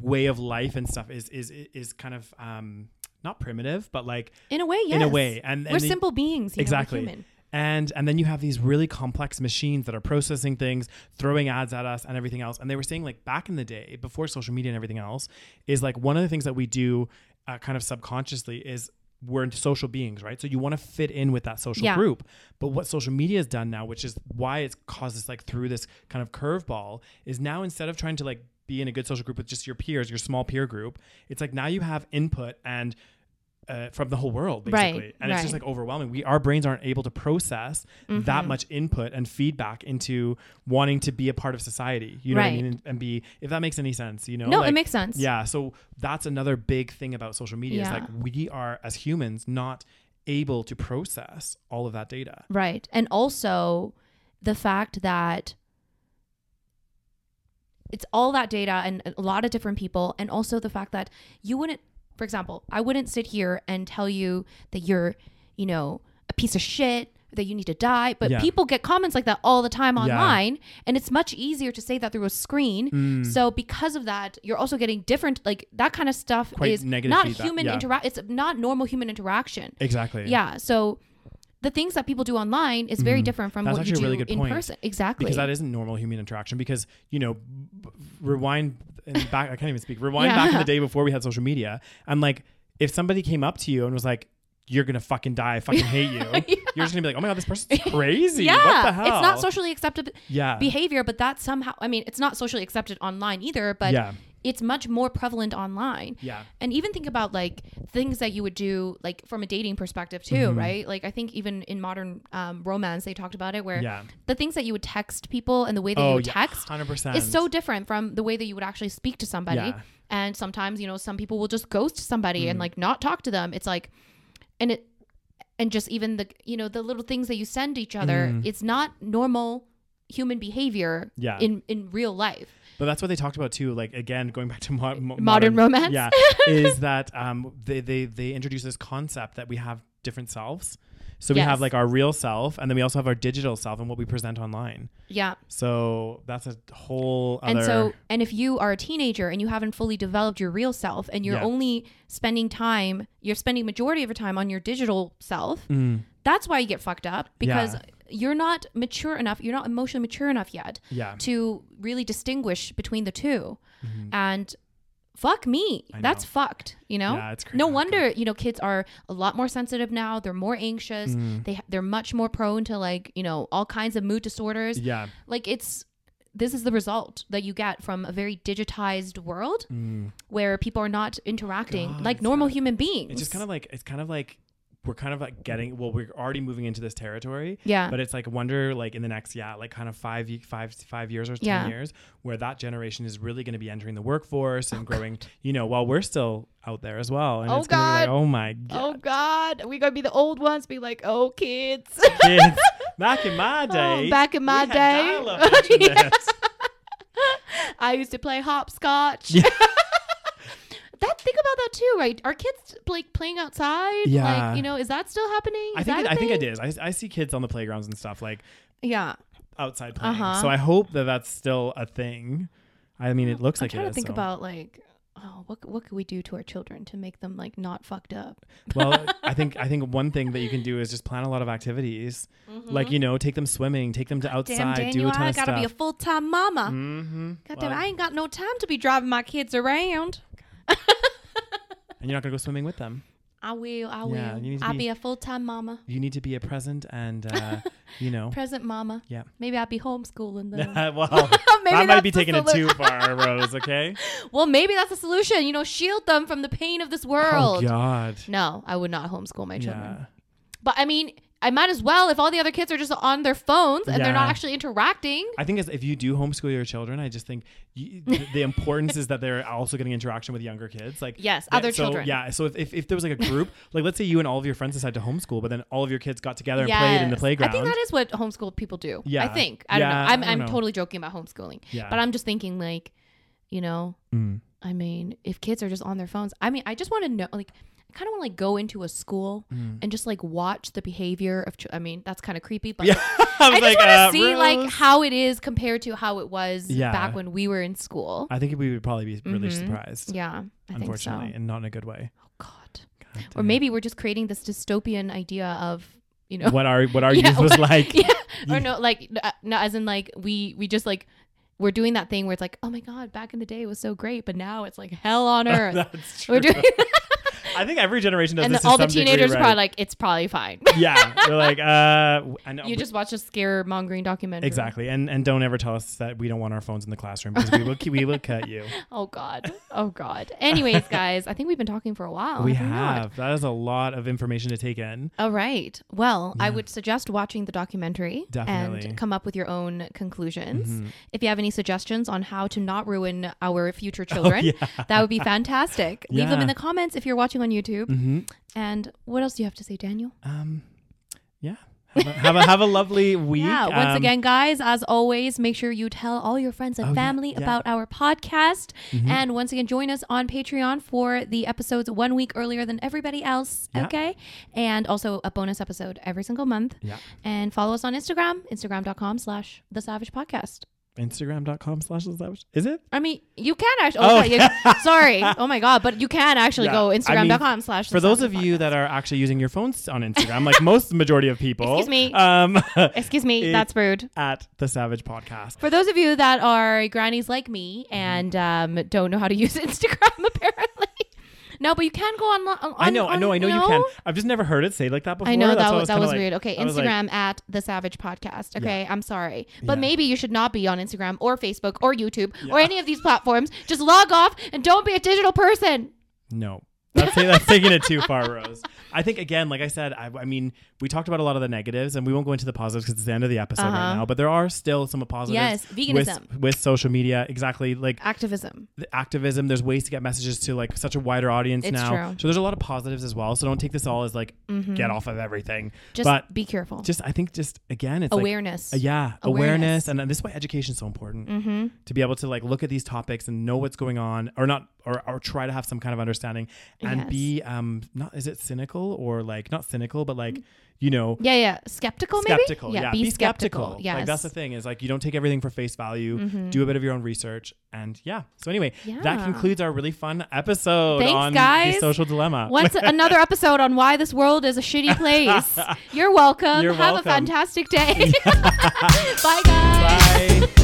Speaker 1: way of life and stuff is is is kind of um not primitive, but like
Speaker 2: In a way, yes.
Speaker 1: in a way, and, and
Speaker 2: We're
Speaker 1: the-
Speaker 2: simple beings. You
Speaker 1: exactly.
Speaker 2: Know, we're human.
Speaker 1: And and then you have these really complex machines that are processing things, throwing ads at us and everything else. And they were saying like back in the day, before social media and everything else, is like one of the things that we do uh, kind of subconsciously is we're social beings, right? So you want to fit in with that social
Speaker 2: Yeah.
Speaker 1: group. But what social media has done now, which is why it's caused us like through this kind of curveball, is now instead of trying to like be in a good social group with just your peers, your small peer group, it's like now you have input and uh, from the whole world,
Speaker 2: Right,
Speaker 1: basically. and it's just
Speaker 2: right.
Speaker 1: like overwhelming. We our brains aren't able to process
Speaker 2: Mm-hmm.
Speaker 1: that much input and feedback into wanting to be a part of society. You know what I
Speaker 2: Right.
Speaker 1: mean? And, and be if that makes any sense, you know?
Speaker 2: No, it
Speaker 1: Like,
Speaker 2: makes sense.
Speaker 1: Yeah. So that's another big thing about social media
Speaker 2: Yeah.
Speaker 1: is like we are as humans not able to process all of that data.
Speaker 2: Right. And also the fact that it's all that data and a lot of different people. And also the fact that you wouldn't, for example, I wouldn't sit here and tell you that you're, you know, a piece of shit, that you need to die. But
Speaker 1: Yeah.
Speaker 2: people get comments like that all the time
Speaker 1: Yeah.
Speaker 2: online. And it's much easier to say that through a screen.
Speaker 1: Mm.
Speaker 2: So because of that, you're also getting different, like that kind of stuff
Speaker 1: Quite
Speaker 2: is
Speaker 1: negative
Speaker 2: not
Speaker 1: feedback.
Speaker 2: human
Speaker 1: Yeah.
Speaker 2: interaction. It's not normal human interaction.
Speaker 1: Exactly.
Speaker 2: Yeah. So the things that people do online is very different from
Speaker 1: Mm-hmm. That's
Speaker 2: what you
Speaker 1: actually
Speaker 2: do
Speaker 1: a really good
Speaker 2: in
Speaker 1: point.
Speaker 2: person. Exactly.
Speaker 1: Because that isn't normal human interaction. Because you know, b- rewind and back. I can't even speak. Rewind
Speaker 2: Yeah.
Speaker 1: back in the day before we had social media, and like if somebody came up to you and was like, "You're gonna fucking die. I fucking hate you," you're just gonna be like, "Oh my god, this person's crazy.
Speaker 2: yeah,
Speaker 1: what the hell?"
Speaker 2: it's not socially accepted
Speaker 1: Yeah.
Speaker 2: behavior, but that's somehow. I mean, it's not socially accepted online either, but
Speaker 1: Yeah.
Speaker 2: it's much more prevalent online.
Speaker 1: Yeah.
Speaker 2: And even think about like things that you would do, like from a dating perspective too,
Speaker 1: Mm-hmm.
Speaker 2: right? Like I think even in modern um, romance, they talked about it where
Speaker 1: Yeah.
Speaker 2: the things that you would text people and the way that you
Speaker 1: Oh
Speaker 2: would
Speaker 1: yeah.
Speaker 2: text
Speaker 1: Hundred percent.
Speaker 2: is so different from the way that you would actually speak to somebody.
Speaker 1: Yeah. Mm.
Speaker 2: And sometimes, you know, some people will just ghost somebody and like not talk to them. It's like, and it, and just even the, you know, the little things that you send each other, it's not normal human behavior
Speaker 1: Mm. Yeah.
Speaker 2: in, in real life.
Speaker 1: But that's what they talked about too. Like again, going back to mo- mo-
Speaker 2: Modern romance?
Speaker 1: Yeah, is that um, they they they introduce this concept that we have different selves. So we
Speaker 2: Yes.
Speaker 1: have like our real self, and then we also have our digital self and what we present online.
Speaker 2: Yeah.
Speaker 1: So that's a whole other.
Speaker 2: And so, and if you are a teenager and you haven't fully developed your real self and you're
Speaker 1: Yeah.
Speaker 2: only spending time, you're spending majority of your time on your digital self, that's why you get fucked up because
Speaker 1: Mm. Yeah.
Speaker 2: you're not mature enough, you're not emotionally mature enough yet
Speaker 1: Yeah.
Speaker 2: to really distinguish between the 2 And fuck me,
Speaker 1: Mm-hmm. I
Speaker 2: that's
Speaker 1: know.
Speaker 2: fucked, you know?
Speaker 1: Yeah, it's cra-
Speaker 2: no
Speaker 1: oh, God.
Speaker 2: wonder, you know, kids are a lot more sensitive now, they're more anxious,
Speaker 1: Mm.
Speaker 2: they they're much more prone to like, you know, all kinds of mood disorders
Speaker 1: yeah,
Speaker 2: like it's this is the result that you get from a very digitized world
Speaker 1: mm.
Speaker 2: where people are not interacting
Speaker 1: God,
Speaker 2: like
Speaker 1: it's
Speaker 2: normal
Speaker 1: kinda-
Speaker 2: human beings.
Speaker 1: it's just kind of like it's kind of like we're kind of like getting well we're already moving into this territory
Speaker 2: Yeah.
Speaker 1: but it's like wonder like in the next yeah like kind of five y- five five years or ten
Speaker 2: Yeah.
Speaker 1: years where that generation is really going to be entering the workforce and growing you know while we're still out there as well and
Speaker 2: Oh,
Speaker 1: it's gonna be like,
Speaker 2: God.
Speaker 1: oh my god
Speaker 2: Oh God, we gonna be the old ones, be like, oh kids.
Speaker 1: kids back in my day
Speaker 2: Oh, back in my day.
Speaker 1: day
Speaker 2: I used to play hopscotch. that think about that too, right? Are kids like playing outside?
Speaker 1: Yeah.
Speaker 2: Like, you know, is that still happening?
Speaker 1: I
Speaker 2: Is
Speaker 1: think
Speaker 2: that
Speaker 1: it,
Speaker 2: a
Speaker 1: I think it
Speaker 2: thing?
Speaker 1: is. I, I see kids on the playgrounds and stuff like
Speaker 2: Yeah.
Speaker 1: outside playing.
Speaker 2: Uh-huh.
Speaker 1: So I hope that that's still a thing. I mean, it looks
Speaker 2: I'm
Speaker 1: like
Speaker 2: trying
Speaker 1: it
Speaker 2: to
Speaker 1: is,
Speaker 2: think
Speaker 1: so.
Speaker 2: about like oh, what what could we do to our children to make them like not fucked up?
Speaker 1: well, I think I think one thing that you can do is just plan a lot of activities. Like you know, take them swimming, take them to outside, do a ton
Speaker 2: Mm-hmm. I
Speaker 1: of
Speaker 2: gotta
Speaker 1: stuff.
Speaker 2: be a full time mama.
Speaker 1: mm-hmm.
Speaker 2: God damn, I ain't got no time to be driving my kids around.
Speaker 1: and you're not gonna go swimming with them.
Speaker 2: I will, I will.
Speaker 1: Yeah, you need to
Speaker 2: I'll
Speaker 1: be-
Speaker 2: be a full time mama.
Speaker 1: You need to be a present and uh, you know,
Speaker 2: Present mama.
Speaker 1: yeah.
Speaker 2: Maybe I'll be homeschooling them.
Speaker 1: well,
Speaker 2: Maybe
Speaker 1: that might be
Speaker 2: that's the
Speaker 1: taking it too
Speaker 2: solu-
Speaker 1: far, Rose. Okay.
Speaker 2: Well, maybe that's the solution. You know, shield them from the pain of this
Speaker 1: oh
Speaker 2: world.
Speaker 1: God.
Speaker 2: no, I would not homeschool my children.
Speaker 1: Yeah.
Speaker 2: But I mean, I might as well if all the other kids are just on their phones and they're
Speaker 1: Yeah.
Speaker 2: not actually interacting.
Speaker 1: I think as, if you do homeschool your children, I just think you, the, the importance is that they're also getting interaction with younger kids. Like
Speaker 2: Yes,
Speaker 1: that-
Speaker 2: other
Speaker 1: so,
Speaker 2: children.
Speaker 1: Yeah. So if, if, if there was like a group, like let's say you and all of your friends decided to homeschool, but then all of your kids got together and played in the
Speaker 2: Yes.
Speaker 1: playground.
Speaker 2: I think that is what homeschool people do. I
Speaker 1: Yeah.
Speaker 2: think. I
Speaker 1: Yeah,
Speaker 2: don't know. I'm,
Speaker 1: I don't
Speaker 2: I'm
Speaker 1: know.
Speaker 2: totally joking about homeschooling.
Speaker 1: Yeah.
Speaker 2: But I'm just thinking, like, you know,
Speaker 1: Mm.
Speaker 2: I mean, if kids are just on their phones, I mean, I just want to know, like, I kind of want to like go into a school
Speaker 1: Mm.
Speaker 2: and just like watch the behavior of. Ch- I mean, that's kind of creepy, but
Speaker 1: yeah. I
Speaker 2: I
Speaker 1: was
Speaker 2: just
Speaker 1: like,
Speaker 2: want to
Speaker 1: uh,
Speaker 2: see like
Speaker 1: Rose.
Speaker 2: how it is compared to how it was
Speaker 1: Yeah.
Speaker 2: back when we were in school.
Speaker 1: I think we would probably be really surprised,
Speaker 2: mm-hmm. yeah, I think so.
Speaker 1: unfortunately, and not in a good way.
Speaker 2: Oh, God.
Speaker 1: God
Speaker 2: Or
Speaker 1: damn.
Speaker 2: maybe we're just creating this dystopian idea of you know,
Speaker 1: what our what our
Speaker 2: Oh. Yeah,
Speaker 1: youth was
Speaker 2: what-
Speaker 1: like.
Speaker 2: yeah, or no, like n- uh, no, as in like we we just like we're doing that thing where it's like, oh my God, back in the day it was so great, but now it's like hell on earth.
Speaker 1: That's true.
Speaker 2: we're doing,
Speaker 1: I think every generation does
Speaker 2: and
Speaker 1: this
Speaker 2: then
Speaker 1: to
Speaker 2: all the
Speaker 1: some degree,
Speaker 2: teenagers are
Speaker 1: right?
Speaker 2: probably like, it's probably fine.
Speaker 1: yeah, they're like, uh, I know,
Speaker 2: you just watch a scaremongering documentary.
Speaker 1: Exactly, and and don't ever tell us that we don't want our phones in the classroom because we will we will cut you.
Speaker 2: Oh God. Oh God. Anyways, guys, I think we've been talking for a while.
Speaker 1: we
Speaker 2: we not?
Speaker 1: have that is a lot of information to take in.
Speaker 2: All right. Well, I would suggest watching the documentary
Speaker 1: Definitely. Mm-hmm.
Speaker 2: and come up with your own conclusions. If you have any suggestions on how to not ruin our future children, that would be fantastic. Leave them
Speaker 1: Oh, Yeah.
Speaker 2: in the comments if you're watching on YouTube.
Speaker 1: Mhm.
Speaker 2: And what else do you have to say, Daniel?
Speaker 1: Um, yeah, have a have a, have a lovely week.
Speaker 2: Yeah, once
Speaker 1: Um, Oh,
Speaker 2: again, guys, as always, make sure you tell all your friends and
Speaker 1: yeah,
Speaker 2: family
Speaker 1: yeah. Mm-hmm.
Speaker 2: about our podcast. And once again, join us on Patreon for the episodes one week earlier than everybody else.
Speaker 1: Yeah.
Speaker 2: Okay. And also a bonus episode every single month.
Speaker 1: Yeah.
Speaker 2: And follow us on Instagram, instagram.com slash the savage podcast.
Speaker 1: Instagram.com slash The Savage- is it?
Speaker 2: I mean, you can actually.
Speaker 1: Oh,
Speaker 2: Oh, yeah, you- sorry. Oh my God. But you can actually
Speaker 1: Yeah.
Speaker 2: go
Speaker 1: I mean,
Speaker 2: instagram.com slash
Speaker 1: For
Speaker 2: The
Speaker 1: those
Speaker 2: Savage
Speaker 1: of you
Speaker 2: Podcast.
Speaker 1: that are actually using your phones on Instagram, like most majority of people,
Speaker 2: Excuse me.
Speaker 1: um,
Speaker 2: Excuse me,
Speaker 1: It-
Speaker 2: that's rude.
Speaker 1: at the Savage Podcast.
Speaker 2: For those of you that are grannies like me
Speaker 1: Mm-hmm.
Speaker 2: and um, don't know how to use Instagram, apparently. No, but you can go on. on
Speaker 1: I know, I
Speaker 2: on-
Speaker 1: know, I know you
Speaker 2: no?
Speaker 1: can. I've just never heard it say like that before.
Speaker 2: I know
Speaker 1: That's
Speaker 2: that
Speaker 1: why
Speaker 2: was, that
Speaker 1: kinda
Speaker 2: was
Speaker 1: like-
Speaker 2: weird. Okay,
Speaker 1: I was like,
Speaker 2: Instagram at the Savage Podcast. Okay, I'm sorry, but
Speaker 1: Yeah.
Speaker 2: maybe you should not be on Instagram or Facebook or YouTube or any of these platforms. Just log off and don't be a digital person.
Speaker 1: No. That's, that's taking it too far, Rose. I think, again, like I said, I, I mean, we talked about a lot of the negatives and we won't go into the positives because it's the end of the episode right
Speaker 2: Uh-huh.
Speaker 1: now, but there are still some positives.
Speaker 2: Yes, veganism.
Speaker 1: With, with social media, exactly. Like
Speaker 2: Activism.
Speaker 1: the activism, there's ways to get messages to like such a wider audience
Speaker 2: It's
Speaker 1: now.
Speaker 2: true. Mm-hmm.
Speaker 1: So there's a lot of positives as well. So don't take this all as like, get off of everything.
Speaker 2: Just
Speaker 1: but
Speaker 2: be careful.
Speaker 1: just, I think, just again, it's like,
Speaker 2: Awareness.
Speaker 1: uh, yeah, awareness.
Speaker 2: Awareness. Mm-hmm.
Speaker 1: and uh, this is why education is so important to be able to like look at these topics and know what's going on, or not, or, or try to have some kind of understanding and
Speaker 2: Yes.
Speaker 1: be um not is it cynical or like not cynical, but like you know
Speaker 2: yeah, yeah. Skeptical, maybe.
Speaker 1: skeptical. Yeah, be, skeptical. like that's the thing is like you don't take everything for face value. Do a bit of your own research, and yeah. So anyway, that
Speaker 2: Mm-hmm. Yeah.
Speaker 1: concludes our really fun episode
Speaker 2: Thanks,
Speaker 1: on the
Speaker 2: guys.
Speaker 1: social dilemma.
Speaker 2: Once another episode on why this world is a shitty place. You're welcome.
Speaker 1: You're
Speaker 2: Have
Speaker 1: welcome.
Speaker 2: a fantastic day. Bye, guys.
Speaker 1: Bye.